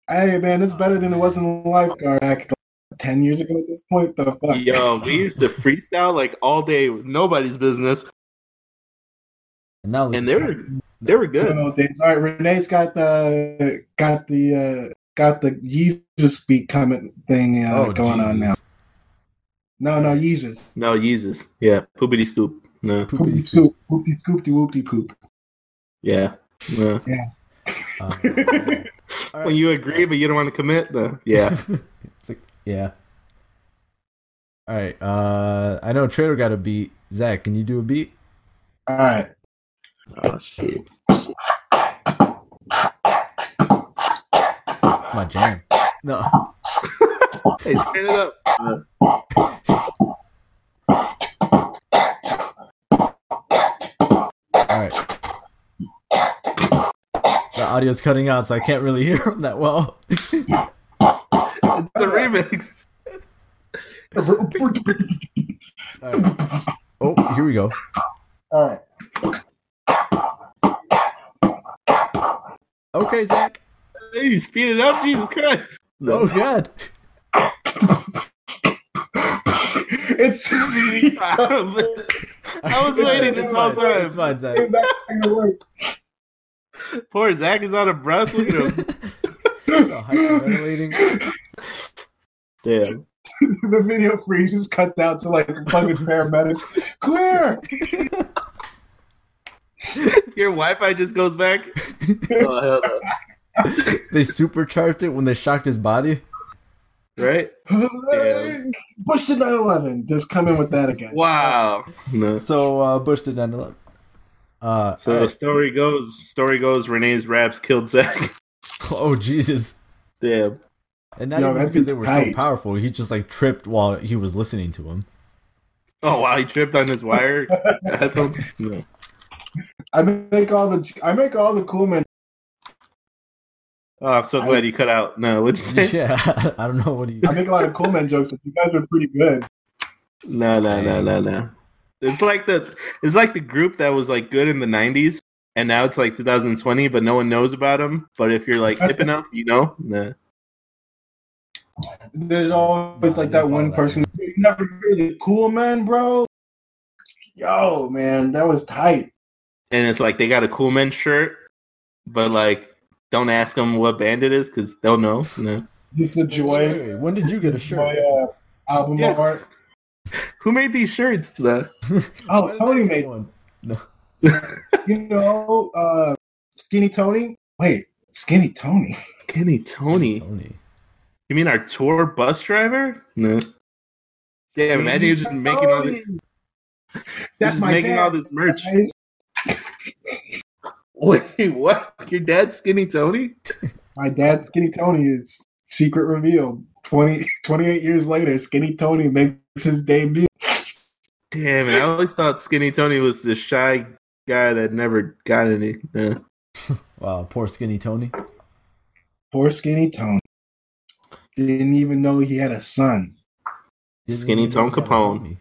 Speaker 5: Hey man, it's better than it was in the lifeguard back like, ten years ago at this point. The fuck.
Speaker 2: Yo, we used to freestyle like all day, with nobody's business,
Speaker 3: And now,
Speaker 2: and they were they were
Speaker 5: I don't
Speaker 2: good.
Speaker 5: know what days. All right, Renee's got the got the uh got the Jesus speak comment thing uh, going on now.
Speaker 3: Oh, Jesus.
Speaker 5: No, no, Jesus.
Speaker 2: No, Jesus. Yeah, poopity scoop. No,
Speaker 5: Poopy
Speaker 3: Poopity scoop.
Speaker 5: scoop, poopy scoop, de whoopty poop.
Speaker 2: yeah. No.
Speaker 3: Uh, all
Speaker 2: When
Speaker 3: right.
Speaker 2: you agree but you don't want to commit, though. Yeah.
Speaker 3: it's like yeah. All right. Uh, I know Trader got a beat. Zach, can you do a beat?
Speaker 5: All right.
Speaker 2: oh shit.
Speaker 3: My jam. No.
Speaker 2: Hey, turn it up.
Speaker 3: All right. The audio's cutting out, so I can't really hear him that well.
Speaker 2: It's a remix.
Speaker 3: All right. Oh, here we go.
Speaker 5: All right.
Speaker 3: Okay, Zach.
Speaker 2: Hey, speed it up, Jesus Christ.
Speaker 3: Oh
Speaker 2: No.
Speaker 3: God.
Speaker 5: It's it's
Speaker 2: I was waiting this whole time.
Speaker 3: It's mine, Zach.
Speaker 5: not gonna work.
Speaker 2: Poor Zach is out of breath. Look at him.
Speaker 3: So hyperventilating.
Speaker 2: Damn.
Speaker 5: the video freezes, cuts out to like fucking paramedics. Clear.
Speaker 2: Your Wi-Fi just goes back. Oh hell no.
Speaker 3: They supercharged it when they shocked his body.
Speaker 2: Right? Damn.
Speaker 5: Push the 911. Just come in with that again.
Speaker 2: Wow. No.
Speaker 3: So uh, Bush did not look. Uh,
Speaker 2: So
Speaker 3: all right.
Speaker 2: story goes, story goes, Renee's raps killed Zach.
Speaker 3: oh Jesus!
Speaker 2: Damn.
Speaker 3: And not
Speaker 5: Yo,
Speaker 3: even
Speaker 5: that'd
Speaker 3: because
Speaker 5: be
Speaker 3: they were
Speaker 5: tight.
Speaker 3: so powerful. He just like tripped while he was listening to him.
Speaker 2: Oh wow, he tripped on his wire. Headphones? No.
Speaker 5: I make all the I make all the cool men.
Speaker 2: Oh, I'm so glad you cut out. No, what'd you say?
Speaker 3: Yeah, I don't know what he.
Speaker 5: I make a lot of cool men jokes, but you guys are pretty good.
Speaker 2: No, no, no, no, no. It's like the it's like the group that was like good in the '90s, and now it's like 2020, but no one knows about them. But if you're like hip enough, you know. Nah.
Speaker 5: There's always
Speaker 3: Nah,
Speaker 5: like
Speaker 3: I
Speaker 5: that
Speaker 3: didn't follow
Speaker 5: one
Speaker 3: that
Speaker 5: person. You never hear the cool man, bro. Yo, man, that was tight.
Speaker 2: And it's like they got a Cool Men shirt, but like don't ask them what band it is because they'll know. No.
Speaker 5: This is
Speaker 3: Wait,
Speaker 5: Joy.
Speaker 3: wait, wait, when did you get a shirt?
Speaker 5: Joy uh, album
Speaker 2: Yeah.
Speaker 5: art.
Speaker 2: Who made these shirts? The
Speaker 3: Why
Speaker 5: Oh,
Speaker 3: did I
Speaker 5: Tony
Speaker 3: get
Speaker 5: made.
Speaker 3: one?
Speaker 5: You know, uh, Skinny Tony. Wait, Skinny Tony.
Speaker 2: Kenny Tony.
Speaker 3: Tony.
Speaker 2: He You mean our tour bus driver? No. Yeah, imagine you're just making all this,
Speaker 5: Tony!
Speaker 2: you're
Speaker 5: That's
Speaker 2: just
Speaker 5: my
Speaker 2: making
Speaker 5: dad,
Speaker 2: all this merch.
Speaker 5: guys.
Speaker 2: Wait, what? Your dad's skinny Tony?
Speaker 5: My dad's Skinny Tony. It's secret revealed. 20, 28 years later, Skinny Tony makes his debut.
Speaker 2: Damn it! I always thought skinny Tony was the shy guy that never got any. Yeah.
Speaker 3: Wow, poor skinny Tony.
Speaker 5: Poor Skinny Tony. Didn't even know he had a son.
Speaker 3: Didn't
Speaker 2: Skinny
Speaker 3: even
Speaker 2: Tone
Speaker 3: know he had a
Speaker 2: Capone.
Speaker 3: homie.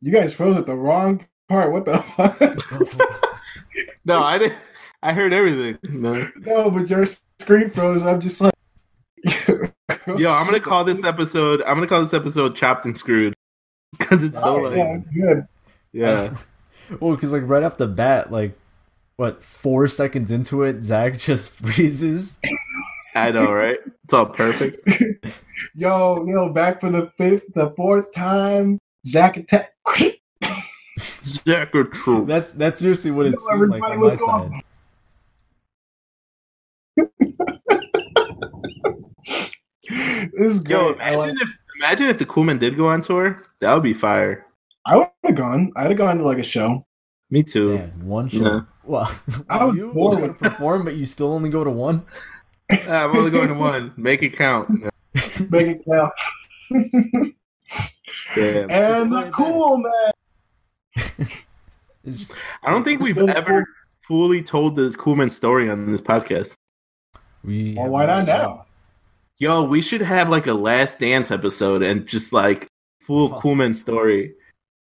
Speaker 5: You guys froze at the wrong part. What the fuck?
Speaker 3: Oh,
Speaker 2: No, I didn't. I heard everything. No.
Speaker 5: no, but your screen froze. I'm just like.
Speaker 2: Yo, I'm gonna call this episode. I'm gonna call this episode "Chopped and Screwed" because it's so
Speaker 5: Oh, yeah,
Speaker 2: like,
Speaker 5: it's good.
Speaker 2: yeah.
Speaker 3: Well, because like right off the bat, like what four seconds into it, Zach just freezes.
Speaker 2: I know, right? It's all perfect.
Speaker 5: Yo, yo, back for the fifth, the fourth time. Zach attack.
Speaker 2: Zach or True.
Speaker 3: That's that's seriously what it
Speaker 5: No,
Speaker 3: seemed like
Speaker 5: everybody
Speaker 3: on my
Speaker 5: was gone.
Speaker 3: side.
Speaker 5: this is great.
Speaker 2: Yo,
Speaker 5: I, like-
Speaker 2: imagine if imagine if the Coolmen did go on tour. That would be fire.
Speaker 5: I would have gone. I'd have gone to like a show.
Speaker 2: Me too.
Speaker 3: Man, one show.
Speaker 2: Yeah.
Speaker 3: Wow.
Speaker 5: I was
Speaker 3: you
Speaker 5: bored.
Speaker 3: wanna perform, but you still only go to one.
Speaker 2: I'm only going to one. Make it count.
Speaker 5: Make it count.
Speaker 2: Damn.
Speaker 5: And
Speaker 3: play
Speaker 5: the
Speaker 3: it
Speaker 5: cool man.
Speaker 3: It's just-
Speaker 2: I don't think we've
Speaker 5: So-
Speaker 2: ever fully told the Coolman story on this podcast.
Speaker 3: we
Speaker 5: Well, why not now?
Speaker 2: Yo, we should have like a last dance episode and just like full
Speaker 3: Huh.
Speaker 2: Coolman story.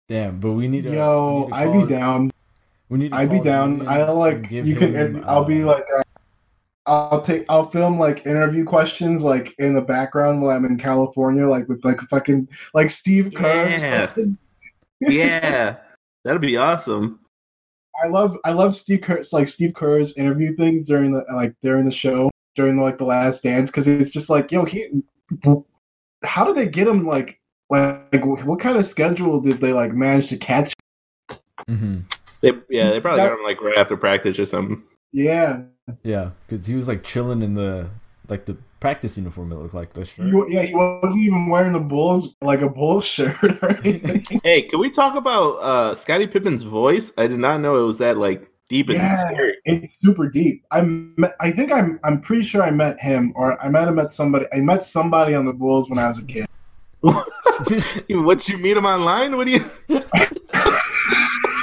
Speaker 3: Damn, but we need to.
Speaker 5: Yo,
Speaker 3: we need to
Speaker 5: I'd
Speaker 3: call-
Speaker 5: be down.
Speaker 3: We need to
Speaker 5: I'd be
Speaker 3: call
Speaker 5: down.
Speaker 3: Julian
Speaker 5: I
Speaker 3: and
Speaker 5: like
Speaker 3: give
Speaker 5: you can.
Speaker 3: him,
Speaker 5: I'll be
Speaker 3: uh,
Speaker 5: like. Uh, I'll take. I'll film like interview questions like in the background while I'm in California, like with like fucking like Steve Kerr.
Speaker 2: Yeah. Yeah. That'd be awesome.
Speaker 5: I love I love Steve Kerr's like Steve Kerr's interview things during the like during the show during like the Last Dance because it's just like yo he how did they get him like like, like what kind of schedule did they like manage to catch
Speaker 3: mhm.
Speaker 2: They, yeah, they probably
Speaker 5: That-
Speaker 2: got him like right after practice or something.
Speaker 5: yeah
Speaker 3: Yeah, because he was like chilling in the like the practice uniform. It looked like the shirt.
Speaker 5: he, wa- yeah he wasn't even wearing a Bulls like a Bulls shirt or anything
Speaker 2: Hey, can we talk about uh Scottie Pippen's voice? I did not know it was that like deep and
Speaker 5: Yeah.
Speaker 2: scary.
Speaker 5: it's super deep I met, I think I'm I'm pretty sure I met him or I might have met somebody I met somebody on the Bulls when I was a kid
Speaker 2: What you meet him online? What do you?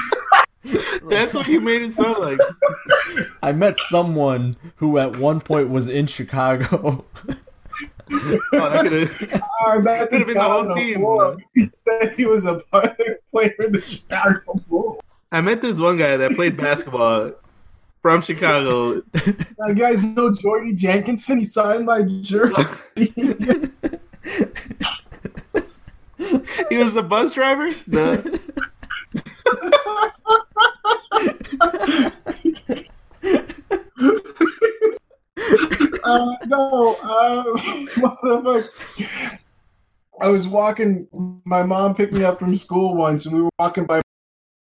Speaker 2: That's what you made it sound like.
Speaker 3: I met someone who at one point was in Chicago.
Speaker 2: Oh, that could've-
Speaker 5: I
Speaker 2: Could've
Speaker 5: met this
Speaker 2: been the
Speaker 5: guy
Speaker 2: whole
Speaker 5: on
Speaker 2: team.
Speaker 5: floor. He said he was a player in the Chicago Bulls.
Speaker 2: I met this one guy that played basketball from Chicago.
Speaker 5: Uh, you guys know Jordy Jenkinson? He signed uh, my jersey.
Speaker 2: He was the bus driver. The-
Speaker 5: uh, no, uh, motherfucker. I was walking. My mom picked me up from school once, and we were walking by. a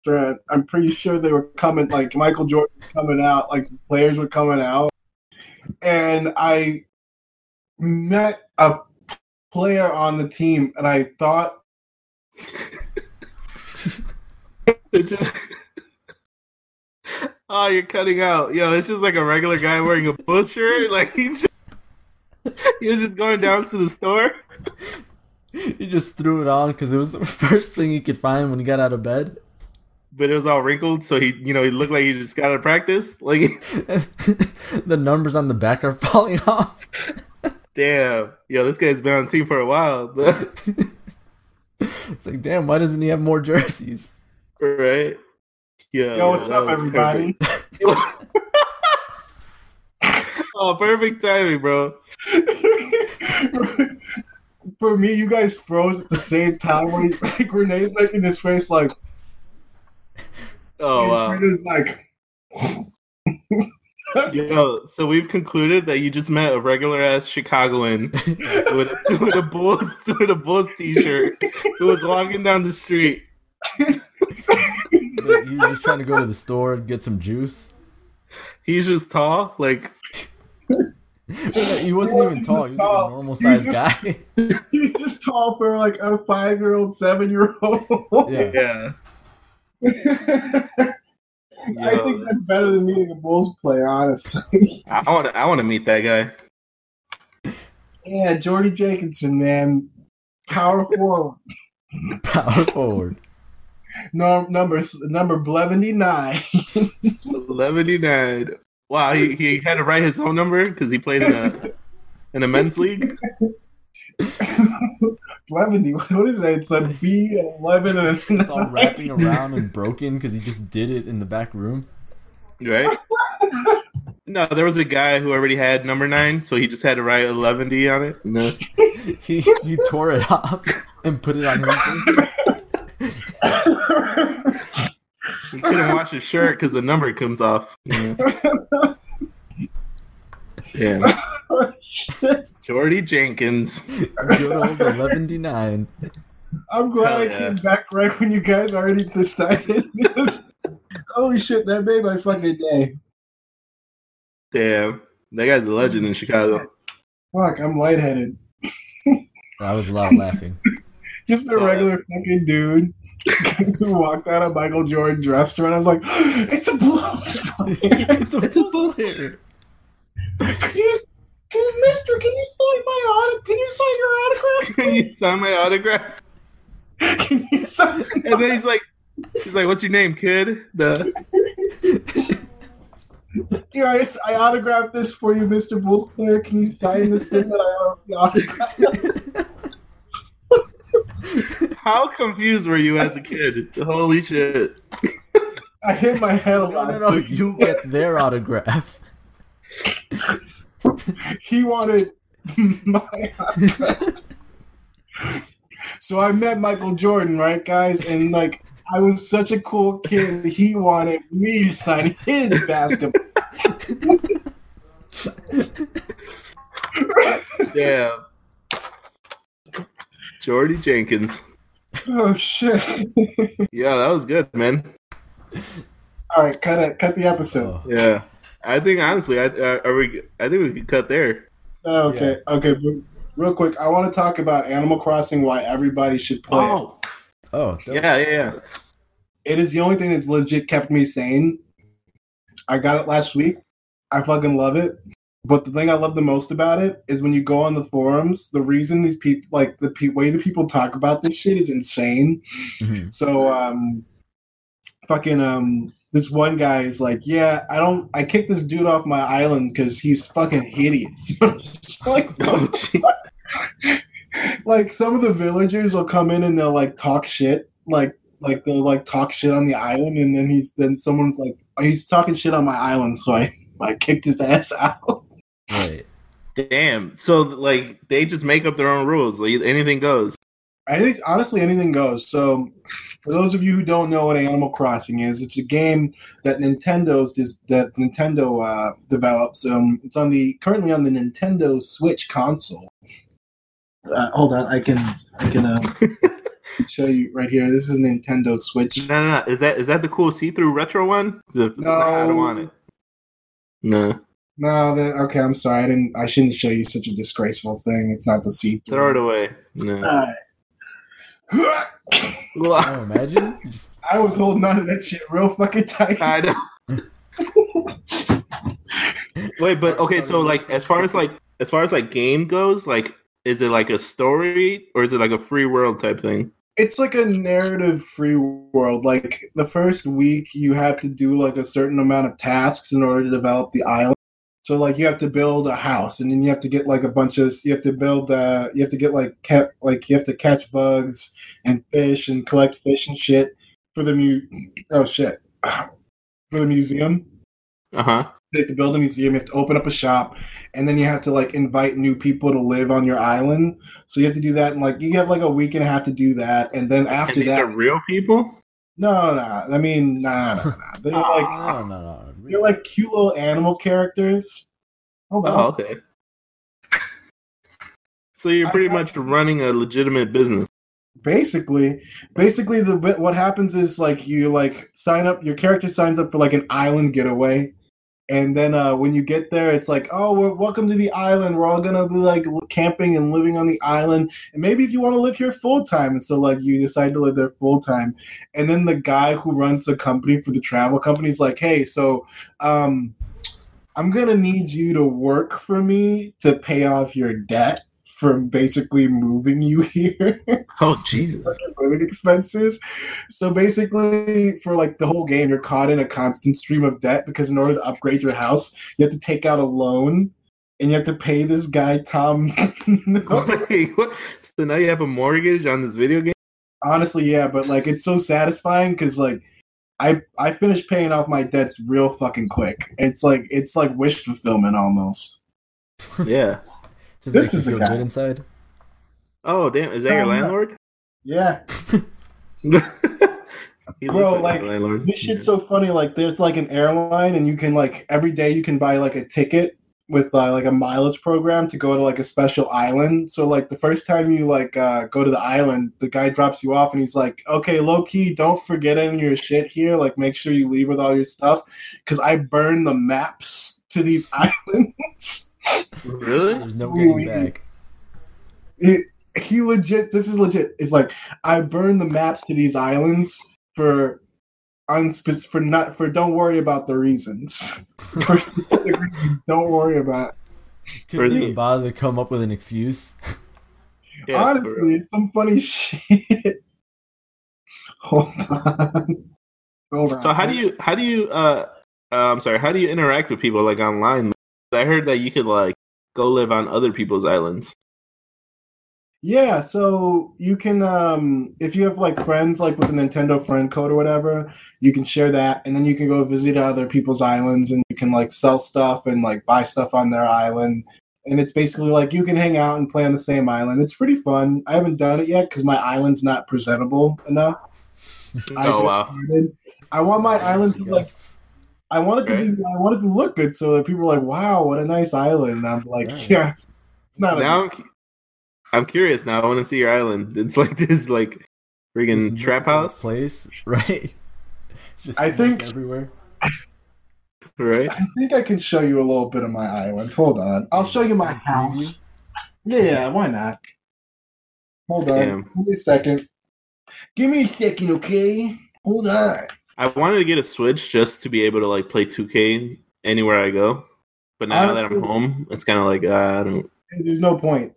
Speaker 5: restaurant. I'm pretty sure they were coming, like Michael Jordan was coming out, like players were coming out, and I met a player on the team, and I thought
Speaker 2: it's just. Oh, you're cutting out. Yo, it's just like a regular guy wearing a bull shirt. Like he's just... he was just going down to the store.
Speaker 3: he just threw it on because it was the first thing he could find when he got out of bed.
Speaker 2: but it was all wrinkled, so he, you know, he looked like he just got out of practice. Like,
Speaker 3: the numbers on the back are falling off.
Speaker 2: damn, yo, this guy's been on the team for a while,
Speaker 3: It's like, damn, why doesn't he have more jerseys?
Speaker 2: right? Yeah.
Speaker 5: Yo, what's up, everybody?
Speaker 2: oh, perfect timing, bro.
Speaker 5: For me, you guys froze at the same time. Where he's like, Renee's making this face like,
Speaker 2: Oh
Speaker 5: and
Speaker 2: wow,
Speaker 5: Britta's like,
Speaker 2: yo. So we've concluded that you just met a regular ass Chicagoan with a, with a Bulls with a Bulls t-shirt who was walking down the street.
Speaker 3: That You're just trying to go to the store and get some juice.
Speaker 2: He's just tall, like
Speaker 3: he wasn't even tall. He was like
Speaker 5: tall.
Speaker 3: a normal
Speaker 5: He was
Speaker 3: sized
Speaker 5: just-
Speaker 3: guy.
Speaker 5: He's just tall for like a five year old, seven year old.
Speaker 3: yeah.
Speaker 2: Yeah.
Speaker 5: I think that's better than meeting a Bulls player, honestly.
Speaker 2: I want to. I want to meet that guy.
Speaker 5: yeah, Jordy Jenkinson, man. Power forward.
Speaker 3: Power forward.
Speaker 5: No, number number seventy nine.
Speaker 2: Seventy nine. Wow, he, he had to write his own number because he played in a in a men's league.
Speaker 5: Levity, what is that? It's a B and eleven and
Speaker 3: It's all wrapping around and broken because he just did it in the back room.
Speaker 2: right? No, there was a guy who already had number nine, so he just had to write 11D on it. No.
Speaker 3: He he tore it off and put it on him.
Speaker 2: He couldn't wash his shirt because the number comes off. Yeah. yeah. Jordy Jenkins.
Speaker 3: Good old eleven D nine.
Speaker 5: I'm glad
Speaker 2: Hell
Speaker 5: I
Speaker 2: yeah.
Speaker 5: came back right when you guys already decided this. Holy shit, that made my fucking day.
Speaker 2: Damn. That guy's a legend in Chicago.
Speaker 5: Fuck, I'm lightheaded.
Speaker 3: I was loud laughing.
Speaker 5: Just a
Speaker 2: Yeah.
Speaker 5: regular fucking dude who walked out of Michael Jordan's restaurant. I was like, it's a Bulls player.
Speaker 3: it's a,
Speaker 2: player.
Speaker 5: Can you, can you- mister, can you sign my auto? Can you sign your autograph?
Speaker 2: Can you sign my autograph?
Speaker 5: Can you sign?
Speaker 2: And then he's like, he's like, what's your name, kid? The
Speaker 5: Here, I, I autographed this for you, Mister Bulls player. Can you sign this thing that I already autographed?
Speaker 2: how confused were you as a kid? Holy shit!
Speaker 5: I hit my head a
Speaker 3: No,
Speaker 5: lot.
Speaker 3: no, no.
Speaker 5: so
Speaker 3: You get their autograph.
Speaker 5: he wanted my so i met michael jordan right guys and like i was such a cool kid he wanted me to sign his basketball
Speaker 2: Yeah. Jordy Jenkins.
Speaker 5: oh shit
Speaker 2: Yeah, that was good, man.
Speaker 5: all right cut it cut the episode
Speaker 3: Oh.
Speaker 2: Yeah, I think honestly, I I, are we, I think we could cut there.
Speaker 5: Oh, okay okay re- real quick i want to talk about animal crossing why everybody should play it.
Speaker 3: Oh,
Speaker 2: yeah, yeah, yeah.
Speaker 5: it is the only thing that's legit kept me sane i got it last week i fucking love it But the thing I love the most about it is when you go on the forums, the reason these people, like the pe- way the people talk about this shit is insane.
Speaker 3: Mhm.
Speaker 5: So, um, fucking, um, this one guy is like, yeah, I don't, I kicked this dude off my island because he's fucking hideous. Just like, like some of the villagers will come in and they'll like talk shit, like, like they'll like talk shit on the island, and then he's then someone's like, oh, he's talking shit on my island, so I I kicked his ass out.
Speaker 3: Right.
Speaker 2: Damn. So like they just make up their own rules. Like anything goes.
Speaker 5: I think honestly anything goes. So, for those of you who don't know what Animal Crossing is, it's a game that Nintendo's dis- that Nintendo uh, develops. Um, it's on the currently on the Nintendo Switch console. Uh, hold on, I can I can uh, show you right here. This is Nintendo Switch.
Speaker 2: No, no, no. Is that is that the cool see through retro one? 'Cause if it's not, I
Speaker 5: No.
Speaker 2: don't want it. No,
Speaker 5: No, that, okay, I'm sorry. I didn't. I shouldn't show you such a disgraceful thing. It's not the see
Speaker 2: throw it away. No.
Speaker 3: Oh, imagine. You just-
Speaker 5: I was holding on to that shit real fucking tight.
Speaker 2: I know. Wait, but okay. So like, as far as like, as far as like game goes, like, is it like a story or is it like a free world type thing?
Speaker 5: it's like a narrative free world like the first week you have to do like a certain amount of tasks in order to develop the island so like you have to build a house and then you have to get like a bunch of you have to build uh you have to get like cat like you have to catch bugs and fish and collect fish and shit for the mu oh shit for the museum
Speaker 2: Uh huh.
Speaker 5: you have to build a museum, you have to open up a shop, and then you have to like invite new people to live on your island. So you have to do that, and like you have like a week and a half to do that, and then
Speaker 2: And
Speaker 5: after
Speaker 2: these
Speaker 5: that,
Speaker 2: are real people.
Speaker 5: no, no, I mean, nah, nah, nah. They're like
Speaker 3: no, no, no.
Speaker 5: they're like cute little animal characters. Hold on,
Speaker 2: Oh, okay. So you're pretty much running a legitimate business.
Speaker 5: basically, basically the bit- what happens is like you like sign up, your character signs up for like an island getaway, And then uh, when you get there, it's like, oh, we're welcome to the island. We're all gonna be like camping and living on the island. And maybe if you want to live here full time, and so like you decide to live there full time. And then the guy who runs the company for the travel company is like, hey, so um, I'm gonna need you to work for me to pay off your debt from basically moving you here.
Speaker 2: Oh Jesus!
Speaker 5: living expenses. So basically, for like the whole game, you're caught in a constant stream of debt because in order to upgrade your house, you have to take out a loan and you have to pay this guy Tom.
Speaker 2: Wait, what? So now you have a mortgage on this video game?
Speaker 5: Honestly, yeah, but like it's so satisfying because like. I, I finished paying off my debts real fucking quick. It's like it's like wish fulfillment almost.
Speaker 2: Yeah.
Speaker 3: Just
Speaker 5: This
Speaker 3: makes you
Speaker 5: is the
Speaker 3: feel
Speaker 5: guy.
Speaker 3: good inside.
Speaker 2: Oh damn! Is that your
Speaker 5: Um,
Speaker 2: landlord?
Speaker 5: Yeah.
Speaker 2: he looks
Speaker 5: Bro,
Speaker 2: my
Speaker 5: like,
Speaker 2: landlord.
Speaker 5: This shit's so funny. Like, there's like an airline, and you can like every day you can buy like a ticket with uh, like a mileage program to go to like a special island. So like the first time you like uh, go to the island, the guy drops you off, and he's like, "Okay, low key, don't forget any of your shit here. Like, make sure you leave with all your stuff, because I burn the maps to these islands."
Speaker 2: really?
Speaker 3: There's no
Speaker 5: Really?
Speaker 3: getting back.
Speaker 5: it, he legit this is legit it's like i burned the maps to these islands for unspec- for not for don't worry about the reasons for specific reasons don't worry about
Speaker 3: Couldn't
Speaker 2: Really?
Speaker 3: even bother to come up with an excuse.
Speaker 2: Yeah, for real.
Speaker 5: honestly it's some funny shit hold on hold
Speaker 2: So how do you how do you uh, uh I'm sorry, how do you interact with people like online? I heard that you could like go live on other people's islands.
Speaker 5: Yeah, so you can um if you have like friends like with a Nintendo friend code or whatever, you can share that and then you can go visit other people's islands and you can like sell stuff and like buy stuff on their island. And it's basically like you can hang out and play on the same island. It's pretty fun. I haven't done it yet because my island's not presentable enough. I
Speaker 2: Oh,
Speaker 5: just
Speaker 2: wow.
Speaker 5: started. I want my island to like
Speaker 3: Guests.
Speaker 5: I want it to be I want it to look good so that people are like, wow, what a nice island. And I'm like,
Speaker 3: Right.
Speaker 5: yeah, it's not a
Speaker 2: Now I'm, cu- I'm curious now. I want to see your island. It's like this like
Speaker 3: This
Speaker 2: friggin' trap
Speaker 3: mythical
Speaker 2: house,
Speaker 3: place, right? Just
Speaker 5: I
Speaker 3: look
Speaker 5: think-
Speaker 3: everywhere.
Speaker 2: right?
Speaker 5: I think I can show you a little bit of my island. Hold on. I'll show you my
Speaker 3: Some preview?
Speaker 5: house. Yeah, yeah, why not? Hold on.
Speaker 2: Damn.
Speaker 5: Give me a second. Give me a second, okay? Hold on.
Speaker 2: I wanted to get a Switch just to be able to like play 2K anywhere I go. But now that I'm
Speaker 5: Honestly-
Speaker 2: home, it's kind of like uh, I don't.
Speaker 5: There's no point.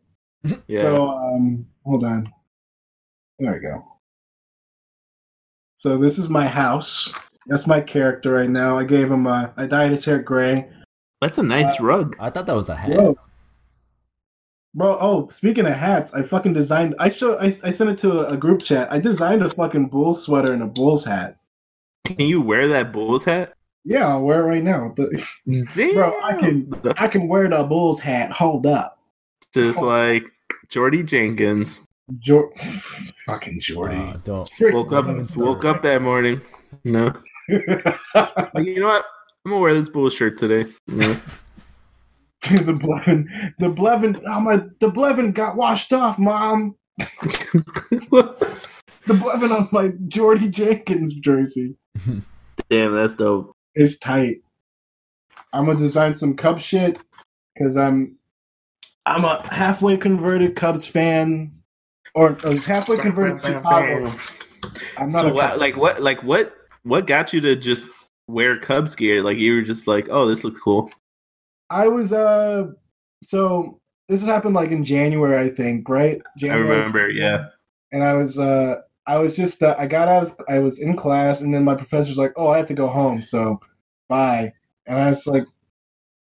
Speaker 2: Yeah.
Speaker 5: So, um, hold on. There we go. So this is my house. That's my character right now. I gave him a. I dyed his hair gray. uh,
Speaker 2: That's a nice rug.
Speaker 3: I thought that was a hat.
Speaker 5: Whoa. Bro, oh, speaking of hats, I fucking designed. I show. I, I sent it to a, a group chat. I designed a fucking bull sweater and a bull's hat.
Speaker 2: Can you wear that Bulls hat?
Speaker 5: Yeah, I'll wear it right now. The-
Speaker 2: Damn.
Speaker 5: Bro, I can- I can wear the bull's hat. Hold up,
Speaker 2: Just
Speaker 5: Oh.
Speaker 2: like Jordy Jenkins
Speaker 5: Jor- fucking Jordy.
Speaker 3: Uh, don't.
Speaker 2: woke up woke up that morning. No. Like, you know what? I'm gonna wear this Bulls shirt today. No.
Speaker 5: to the Blevin. The Blevin. Oh my! The Blevin got washed off, mom. The Blevin on my Jordy Jenkins jersey
Speaker 2: Damn, that's dope.
Speaker 5: is tight. I'm gonna design some Cubs shit because I'm I'm a halfway converted Cubs fan. Or, or halfway converted Chicago. I'm not
Speaker 2: So
Speaker 5: a
Speaker 2: what,
Speaker 5: Cubs-
Speaker 2: like what like what what got you to just wear Cubs gear? Like you were just like, oh, this looks cool.
Speaker 5: I was uh so this happened like in January, I think, right?
Speaker 2: I
Speaker 5: January.
Speaker 2: remember, yeah.
Speaker 5: and I was uh I was just uh, I got out of I was in class and then my professor's like, "Oh, I have to go home, so bye." And I was like,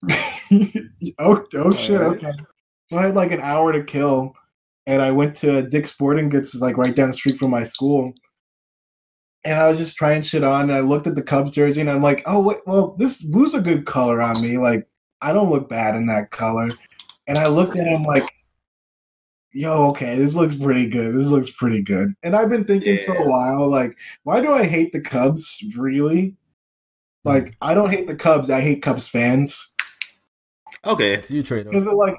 Speaker 5: "Oh, oh shit,
Speaker 2: Alright.
Speaker 5: okay." So I had like an hour to kill, and I went to Dick's Sporting Goods, like right down the street from my school. And I was just trying shit on, and I looked at the Cubs jersey, and I'm like, "Oh, wait, well, this blue's a good color on me. Like, I don't look bad in that color." And I looked at him like, yo, okay, this looks pretty good. This looks pretty good. And I've been thinking for a
Speaker 2: Yeah.
Speaker 5: while, like, why do I hate the Cubs really? Like, I don't hate the Cubs. I hate Cubs fans
Speaker 2: Okay.
Speaker 3: It's you trade
Speaker 5: because like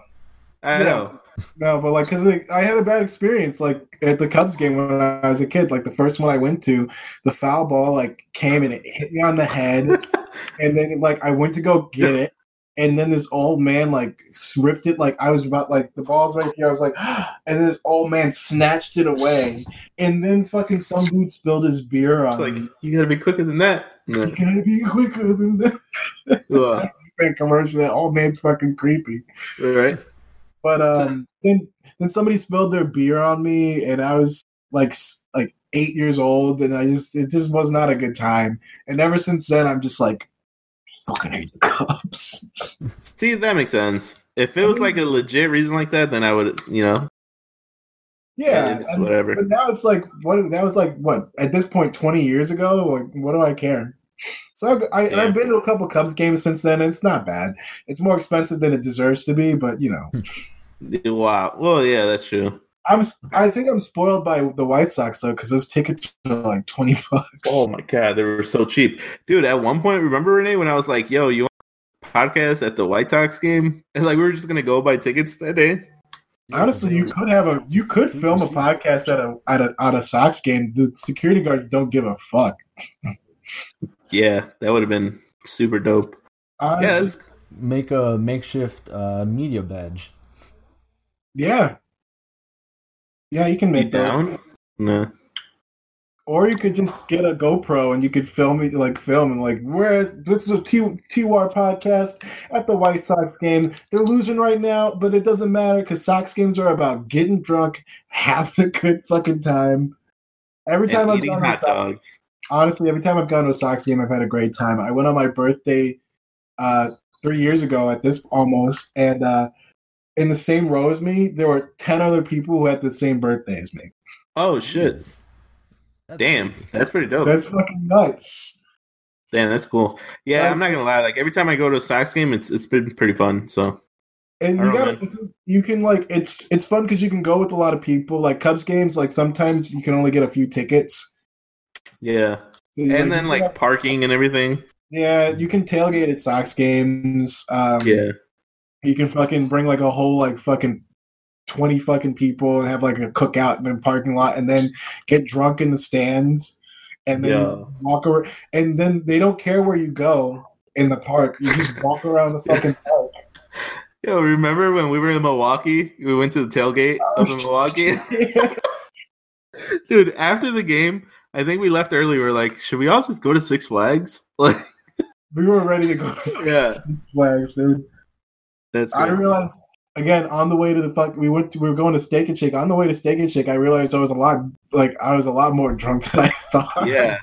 Speaker 2: I
Speaker 5: Yeah.
Speaker 2: know.
Speaker 5: no, but like because like, I had a bad experience like at the Cubs game when I was a kid. Like the first one I went to, the foul ball like came and it hit me on the head. and then like I went to go get it, and then this old man like ripped it. Like I was about like the ball's right here. I was like, and then this old man snatched it away, and then fucking some dude spilled his beer
Speaker 2: It's
Speaker 5: on.
Speaker 2: like
Speaker 5: me.
Speaker 2: you gotta be quicker than that.
Speaker 5: You gotta be quicker than that.
Speaker 2: Ugh.
Speaker 5: That commercial, that old man's fucking creepy.
Speaker 2: All right.
Speaker 5: But um, then then somebody spilled their beer on me, and I was like s- like eight years old, and I just it just was not a good time. And ever since then, I'm just like fucking hate cups.
Speaker 2: See, that makes sense. If it was like a legit reason like that, then I would, you know,
Speaker 5: Yeah,
Speaker 2: it's
Speaker 5: I-
Speaker 2: whatever.
Speaker 5: but now it's like what that was like what at this point 20 years ago. Like what do I care? So I, I, and
Speaker 2: Yeah.
Speaker 5: I've been to a couple Cubs games since then. And it's not bad. It's more expensive than it deserves to be, but you know,
Speaker 2: Wow. Well, yeah, that's true.
Speaker 5: I'm s- I think I'm spoiled by the White Sox though because those tickets are like 20 bucks.
Speaker 2: Oh my god, they were so cheap, dude. At one point, remember Renee when I was like, "Yo, you want a podcast at the White Sox game?" And like, we were just gonna go buy tickets that day.
Speaker 5: Honestly, you could have a you could film a podcast at a at a at a Sox game. The security guards don't give a fuck.
Speaker 2: Yeah, that would have been super dope.
Speaker 5: Honestly,
Speaker 2: Yeah, that's-
Speaker 3: make a makeshift uh, media badge.
Speaker 5: yeah, yeah. You can
Speaker 2: be
Speaker 5: make that,
Speaker 2: down. No.
Speaker 5: or you could just get a GoPro and you could film it like film and like where this is a T TWAR podcast at the White Sox game. They're losing right now, but it doesn't matter because Sox games are about getting drunk, having a good fucking time. Every time
Speaker 2: And
Speaker 5: I've
Speaker 2: eating
Speaker 5: gone to a
Speaker 2: hot
Speaker 5: Sox
Speaker 2: dogs.
Speaker 5: honestly, every time I've gone to a Sox game, I've had a great time. I went on my birthday uh, three years ago at this almost, and uh, in the same row as me, there were ten other people who had the same birthday as me.
Speaker 2: Oh shit!
Speaker 3: Yes. That's
Speaker 2: Damn,
Speaker 3: crazy.
Speaker 2: that's pretty dope.
Speaker 5: That's fucking nuts.
Speaker 2: Damn, that's cool. Yeah,
Speaker 5: Like-
Speaker 2: I'm not gonna lie. Like every time I go to a Sox game, it's it's been pretty fun. So
Speaker 5: And
Speaker 2: I
Speaker 5: you
Speaker 2: don't
Speaker 5: got to you can like it's it's fun because you can go with a lot of people. Like Cubs games, like sometimes you can only get a few tickets.
Speaker 2: yeah, and then like parking and everything.
Speaker 5: yeah, you can tailgate at Sox games. Um,
Speaker 2: Yeah,
Speaker 5: You can fucking bring like a whole like fucking twenty fucking people and have like a cookout in the parking lot, and then get drunk in the stands, and then
Speaker 2: yeah.
Speaker 5: walk around. And then they don't care where you go in the park. You just walk around the fucking park.
Speaker 2: Yo, remember when we were in Milwaukee? We went to the tailgate of
Speaker 5: Oh,
Speaker 2: the Milwaukee. Dude, after the game, I think we left early. We are like, should we all just go to Six Flags? Like,
Speaker 5: we were ready to go to
Speaker 2: yeah,
Speaker 5: Six Flags, dude.
Speaker 2: that's.
Speaker 5: I
Speaker 2: great.
Speaker 5: realized again on the way to the fuck. We went. To, we were going to Steak and Shake. On the way to Steak and Shake, I realized I was a lot like I was a lot more drunk than I thought.
Speaker 2: Yeah.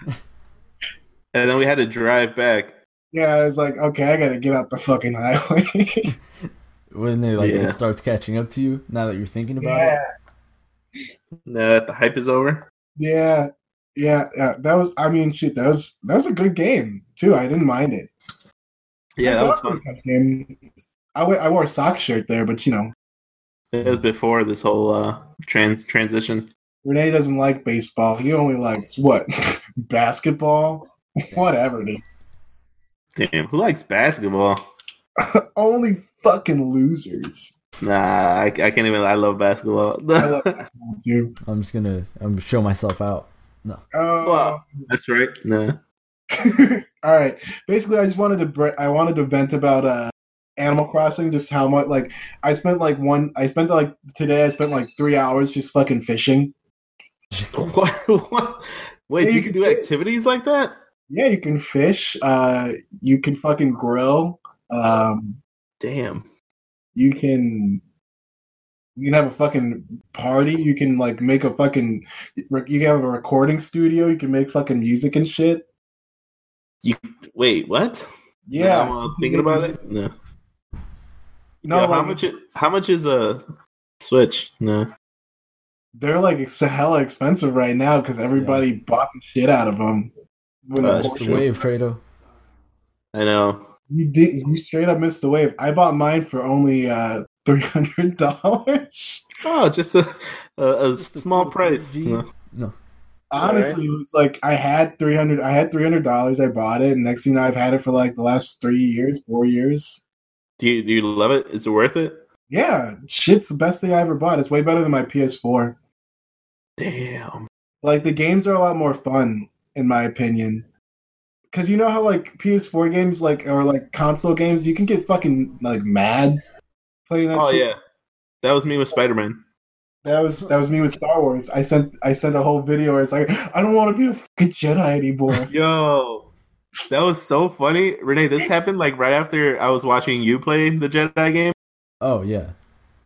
Speaker 2: And then we had to drive back.
Speaker 5: Yeah, I was like, okay, I gotta get out the fucking highway.
Speaker 3: when they like
Speaker 2: Yeah.
Speaker 3: it starts catching up to you now that you're thinking about
Speaker 5: yeah.
Speaker 3: it.
Speaker 2: Now that the hype is over.
Speaker 5: Yeah, yeah, yeah. That was. I mean, shoot, that was that was a good game too. I didn't mind it.
Speaker 2: Yeah,
Speaker 5: I
Speaker 2: that was
Speaker 5: thought
Speaker 2: fun.
Speaker 5: it a good game. I wa- I wore a sock shirt there, but you know,
Speaker 2: That was before this whole uh, trans transition.
Speaker 5: Renee doesn't like baseball. He only likes what basketball, whatever. Dude.
Speaker 2: Damn, who likes basketball?
Speaker 5: Only fucking losers.
Speaker 2: Nah, I, I can't even. I love basketball.
Speaker 5: I love basketball too.
Speaker 3: I'm just gonna I'm gonna show myself out.
Speaker 5: Oh.
Speaker 2: Wow. that's right. Nah.
Speaker 5: All right. Basically, I just wanted to br- I wanted to vent about uh Animal Crossing, just how much like I spent like one I spent like today I spent like three hours just fucking fishing.
Speaker 2: What? what? Wait,
Speaker 5: Yeah,
Speaker 2: so
Speaker 5: you
Speaker 2: you can
Speaker 5: can
Speaker 2: do
Speaker 5: do it.
Speaker 2: activities like that?
Speaker 5: Yeah, you can fish. Uh, you can fucking grill. Um,
Speaker 2: Damn.
Speaker 5: you can you can have a fucking party. You can like make a fucking you can have a recording studio. You can make fucking music and shit.
Speaker 2: Wait, what?
Speaker 5: Yeah,
Speaker 2: Now I'm, uh, thinking about it. No.
Speaker 5: no,
Speaker 2: Yo, how
Speaker 5: like,
Speaker 2: much? i- How much is a Switch? No.
Speaker 5: they're like it's hella expensive right now because everybody bought the shit out of them. When
Speaker 2: Uh,
Speaker 5: the
Speaker 3: That's
Speaker 2: for
Speaker 5: whole-
Speaker 3: the
Speaker 2: sure.
Speaker 3: wave, Trado.
Speaker 2: I know.
Speaker 5: you did you straight up missed the wave. I bought mine for only uh three hundred dollars.
Speaker 2: Oh, just a a, a
Speaker 3: Just a
Speaker 2: small
Speaker 3: little
Speaker 2: price.
Speaker 3: 3G.
Speaker 2: No.
Speaker 3: No.
Speaker 5: Honestly, it was like I had three hundred. I had three hundred dollars. I bought it, and next thing you know, I've had it for like the last three years, four years.
Speaker 2: Do you do you love it? Is it worth it?
Speaker 5: Yeah, shit's the best thing I ever bought. It's way better than my PS4.
Speaker 2: Damn.
Speaker 5: Like the games are a lot more fun, in my opinion. because you know how like PS4 games like or like console games, you can get fucking like mad playing that.
Speaker 2: Oh
Speaker 5: shit.
Speaker 2: yeah, that was me with Spider Man.
Speaker 5: that was that was me with Star Wars. I sent I sent a whole video. Where it's like I don't want to be a fucking Jedi anymore.
Speaker 2: Yo, that was so funny, Renee. This happened like right after I was watching you play the Jedi game,
Speaker 3: Oh yeah.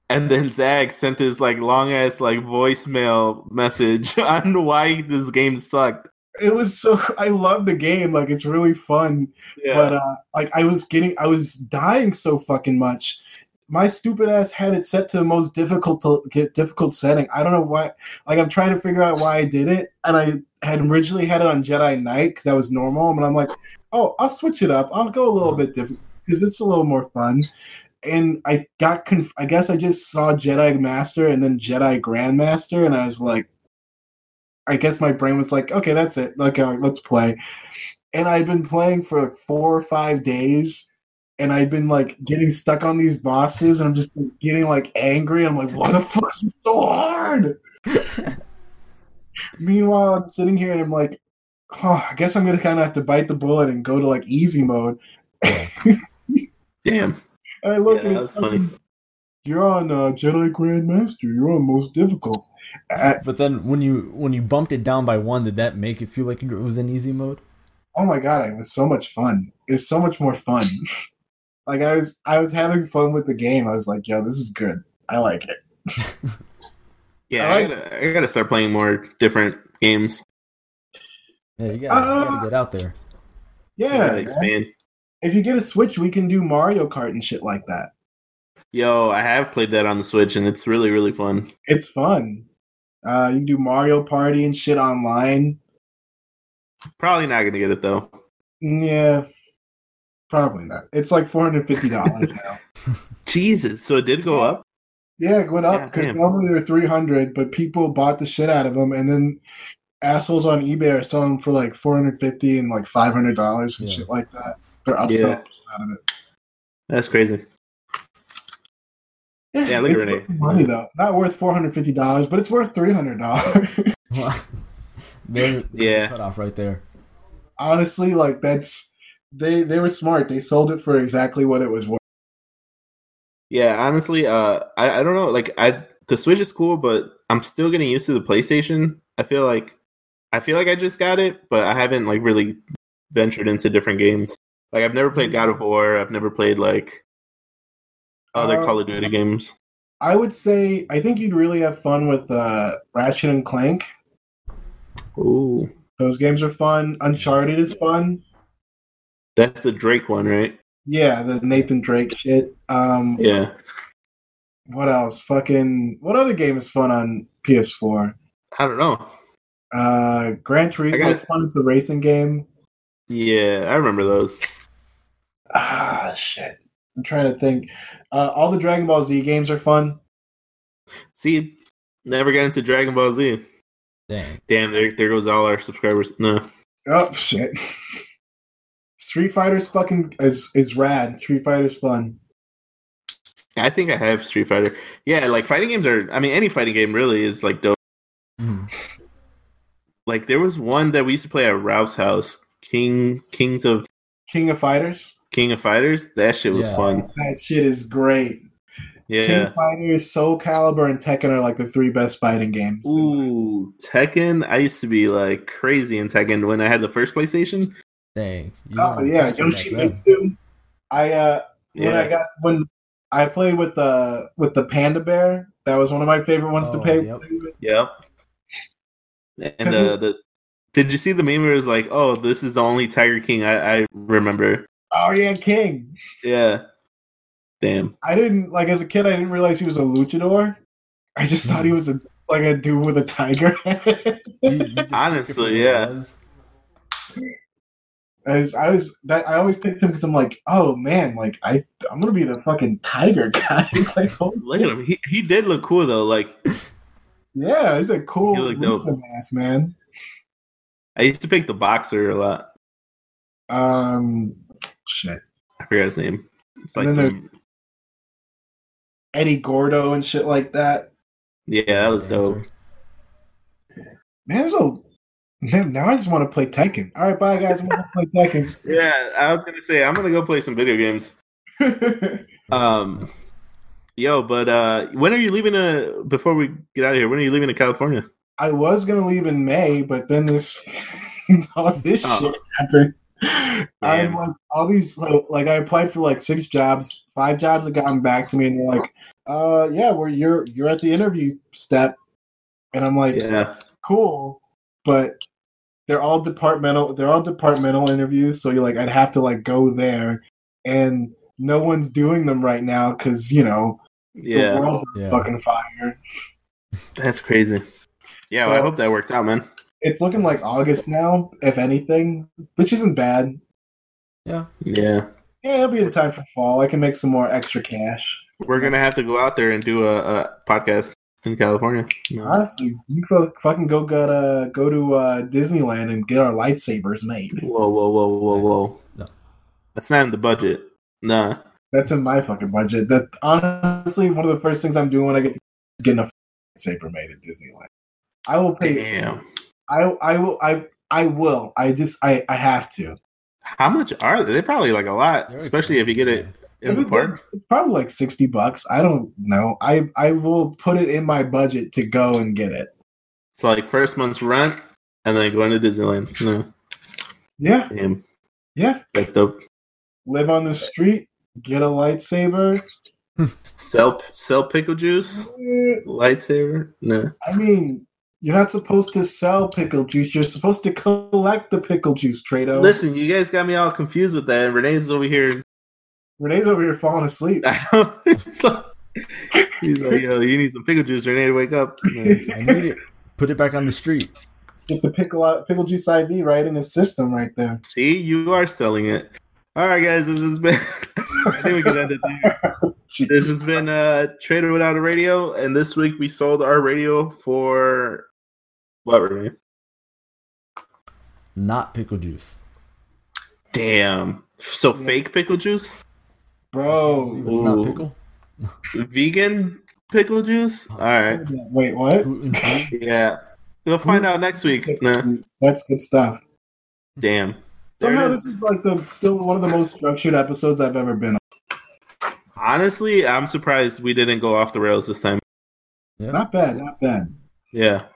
Speaker 2: and then Zach sent this like long ass like voicemail message on why this game sucked.
Speaker 5: it was so I love the game. Like it's really fun. But uh, like I was getting, I was dying so fucking much. My stupid ass had it set to the most difficult to get difficult setting. I don't know why. Like I'm trying to figure out why I did it, and I had originally had it on Jedi Knight because that was normal, and I'm like, oh, I'll switch it up. I'll go a little bit different because it's a little more fun. And I got conf- I guess I just saw Jedi Master and then Jedi Grandmaster, and I was like, I guess my brain was like, okay, that's it. Like, uh, let's play and I'd been playing for four or five days, and I'd been like getting stuck on these bosses, and I'm just like, getting like angry. I'm like, why the fuck is this so hard? Meanwhile, I'm sitting here and I'm like, oh, I guess I'm gonna kind of have to bite the bullet and go to like easy mode.
Speaker 2: damn,
Speaker 5: And I look
Speaker 2: Yeah,
Speaker 5: and it's
Speaker 2: that's funny.
Speaker 5: fucking, You're on uh, Jedi Grandmaster. You're on most difficult. I,
Speaker 3: But then when you when you bumped it down by one, did that make it feel like it was in easy mode?
Speaker 5: oh my god, it was so much fun. It's so much more fun. like I was, I was having fun with the game. I was like, yo, this is good. I like it.
Speaker 2: yeah, I gotta, I gotta start playing more different games.
Speaker 3: Yeah, you gotta, you
Speaker 5: Uh,
Speaker 3: gotta get out there.
Speaker 2: I
Speaker 5: Yeah.
Speaker 2: gotta
Speaker 5: man.
Speaker 2: expand.
Speaker 5: If you get a Switch, we can do Mario Kart and shit like that.
Speaker 2: Yo, I have played that on the Switch, and it's really really fun.
Speaker 5: It's fun. Uh, you can do Mario Party and shit online.
Speaker 2: Probably not gonna get it though.
Speaker 5: Yeah. Probably not. It's like four hundred fifty dollars now.
Speaker 2: Jesus, so it did go up.
Speaker 5: Yeah, it went up
Speaker 2: God
Speaker 5: because
Speaker 2: damn.
Speaker 5: normally they're three hundred, but people bought the shit out of them, and then assholes on eBay are selling 'em for like four hundred fifty and like five hundred dollars and
Speaker 3: Yeah.
Speaker 5: shit like that. They're upselling
Speaker 2: Yeah.
Speaker 5: the shit out of it.
Speaker 2: That's crazy. Yeah, look at
Speaker 5: it's
Speaker 2: Renee.
Speaker 5: worth the money though. Not worth four hundred fifty dollars, but it's worth three hundred dollars.
Speaker 3: there, there's
Speaker 2: Yeah.
Speaker 3: a cutoff right there.
Speaker 5: honestly, like that's they they were smart. They sold it for exactly what it was worth.
Speaker 2: Yeah, honestly, uh, I, I don't know. Like, I the Switch is cool, but I'm still getting used to the PlayStation. I feel like, I feel like I just got it, but I haven't like really ventured into different games. Like, I've never
Speaker 5: Mm-hmm.
Speaker 2: played God of War. I've never played like other
Speaker 5: Uh,
Speaker 2: Call of Duty games.
Speaker 5: I would say I think you'd really have fun with uh, Ratchet and Clank.
Speaker 2: Ooh,
Speaker 5: Those games are fun. Uncharted is fun.
Speaker 2: that's the Drake one, right?
Speaker 5: Yeah, the Nathan Drake shit. Um,
Speaker 2: Yeah,
Speaker 5: What else? Fucking what other game is fun on PS4?
Speaker 2: I don't know.
Speaker 5: Uh, Gran Turismo
Speaker 2: got-
Speaker 5: is fun. It's a racing game.
Speaker 2: Yeah, I remember those.
Speaker 5: Ah, shit. I'm trying to think. Uh, all the Dragon Ball Z games are fun.
Speaker 2: See, never got into Dragon Ball Z.
Speaker 3: Dang.
Speaker 2: Damn, there there goes all our subscribers. No,
Speaker 5: Oh shit! Street Fighter's fucking is is rad. Street Fighter's fun.
Speaker 2: I think I have Street Fighter. Yeah, like fighting games are. I mean, any fighting game really is like dope.
Speaker 3: Mhm.
Speaker 2: Like there was one that we used to play at Ralph's house, King Kings of
Speaker 5: King of Fighters.
Speaker 2: King of Fighters. That shit was
Speaker 3: Yeah.
Speaker 2: fun.
Speaker 5: That shit is great. King
Speaker 2: Yeah.
Speaker 5: of Fighters, Soul Calibur, and Tekken are like the three best fighting games. Uh,
Speaker 2: Ooh, Tekken. I used to be like crazy in Tekken when I had the first PlayStation.
Speaker 3: Dang. You
Speaker 5: Oh
Speaker 3: wanna
Speaker 5: yeah,
Speaker 3: catch him back
Speaker 5: Yoshimitsu. I uh when I
Speaker 2: Yeah.
Speaker 5: got when I played with the with the panda bear. That was one of my favorite ones to
Speaker 3: Oh,
Speaker 5: play.
Speaker 3: yep.
Speaker 5: play with.
Speaker 2: Yep. And uh, the did you see the meme where it was like, oh, this is the only Tiger King I, I remember.
Speaker 5: Oh yeah, King.
Speaker 2: Yeah. Damn.
Speaker 5: I didn't like as a kid. I didn't realize he was a luchador. I just thought he
Speaker 3: Hmm.
Speaker 5: was a like a dude with a tiger head.
Speaker 3: up. You- you just took it for
Speaker 2: Honestly,
Speaker 3: what it
Speaker 2: yeah.
Speaker 3: was.
Speaker 5: I was, I was that I always picked him because I'm like, oh man, like I I'm gonna be the fucking tiger guy. like, oh, holy-
Speaker 2: Look at him. He he did look cool though. Like
Speaker 5: yeah, he's a cool
Speaker 2: He looked dope.
Speaker 5: lucha ass man.
Speaker 2: I used to pick the boxer a lot.
Speaker 5: Um, shit,
Speaker 2: I forgot his name. It's like
Speaker 5: And then
Speaker 2: some,
Speaker 5: Eddie Gordo and shit like that.
Speaker 2: yeah, that was dope.
Speaker 3: Dancer.
Speaker 5: Man, there's a Man, now I just want to play Tekken. All right, bye guys. I'm gonna play Tekken.
Speaker 2: Yeah, I was gonna say I'm gonna go play some video games. Um, yo, but uh, when are you leaving? To, before we get out of here, when are you leaving to California?
Speaker 5: I was gonna leave in May, but then this all this
Speaker 2: Oh.
Speaker 5: shit happened. I'm
Speaker 2: Damn.
Speaker 5: like all these like, like I applied for like six jobs, five jobs have gotten back to me, and they're like, "Uh, yeah, well, you're you're at the interview step," and I'm like,
Speaker 2: Yeah,
Speaker 5: "Cool," but they're all departmental. They're all departmental interviews, so you're like, I'd have to like go there, and no one's doing them right now because you know the
Speaker 2: yeah,
Speaker 5: world's on
Speaker 3: Yeah.
Speaker 5: fucking fire.
Speaker 2: that's crazy. Yeah, well, I
Speaker 5: So-
Speaker 2: hope that works out, man.
Speaker 5: It's looking like August now, if anything, which isn't bad.
Speaker 2: Yeah,
Speaker 5: Yeah, it'll be in time for fall. I can make some more extra cash.
Speaker 2: we're gonna have to go out there and do a, a podcast in California. No.
Speaker 5: Honestly, you could fucking go get, uh, go to uh, Disneyland and get our lightsabers made.
Speaker 2: Whoa, whoa, whoa, whoa, whoa!
Speaker 3: No.
Speaker 2: That's not in the budget. Nah.
Speaker 5: That's in my fucking budget. That honestly, one of the first things I'm doing when I get is getting a lightsaber made at Disneyland. I will pay.
Speaker 2: Damn.
Speaker 5: I I will I I will. I just I I have to.
Speaker 2: How much are they? They're probably like a lot,
Speaker 3: They're
Speaker 2: especially if you get it
Speaker 3: expensive,
Speaker 2: in the
Speaker 5: It's
Speaker 2: park.
Speaker 5: probably like sixty bucks. I don't know. I I will put it in my budget to go and get it.
Speaker 2: It's like first month's rent, and then going to Disneyland. No,
Speaker 5: Yeah,
Speaker 2: damn,
Speaker 5: yeah.
Speaker 2: that's dope.
Speaker 5: live on the street, get a lightsaber.
Speaker 2: Sell sell pickle juice,
Speaker 3: Uh,
Speaker 5: Eh,
Speaker 2: lightsaber. No,
Speaker 5: I mean, you're not supposed to sell pickle juice. You're supposed to collect the pickle juice, Trado.
Speaker 2: listen, you guys got me all confused with that. Renee's over here.
Speaker 5: Renee's over here falling asleep.
Speaker 2: I don't- it's like- He's like, yo, you need some pickle juice, Renee, to wake up. No.
Speaker 3: yeah. I need it. Put it back on the street.
Speaker 5: Get the pickle out- pickle juice IV right in his system right there.
Speaker 2: See, you are selling it. All right, guys, this has been. I think we can end it there. This has been uh, Trader Without a Radio, and this week we sold our radio for what, Renee?
Speaker 3: Not pickle juice.
Speaker 2: Damn. So fake pickle juice?
Speaker 5: Bro.
Speaker 3: It's not
Speaker 2: Ooh.
Speaker 3: pickle.
Speaker 2: Vegan pickle juice? All right.
Speaker 5: Wait, what?
Speaker 3: Gluten free.
Speaker 2: Yeah. We'll find out next week. Nah.
Speaker 5: That's good stuff.
Speaker 2: Damn. There
Speaker 5: Somehow
Speaker 2: it
Speaker 5: this is like the still one of the most structured episodes I've ever been on.
Speaker 2: Honestly, I'm surprised we didn't go off the rails this time.
Speaker 5: Not bad, not bad.
Speaker 2: Yeah.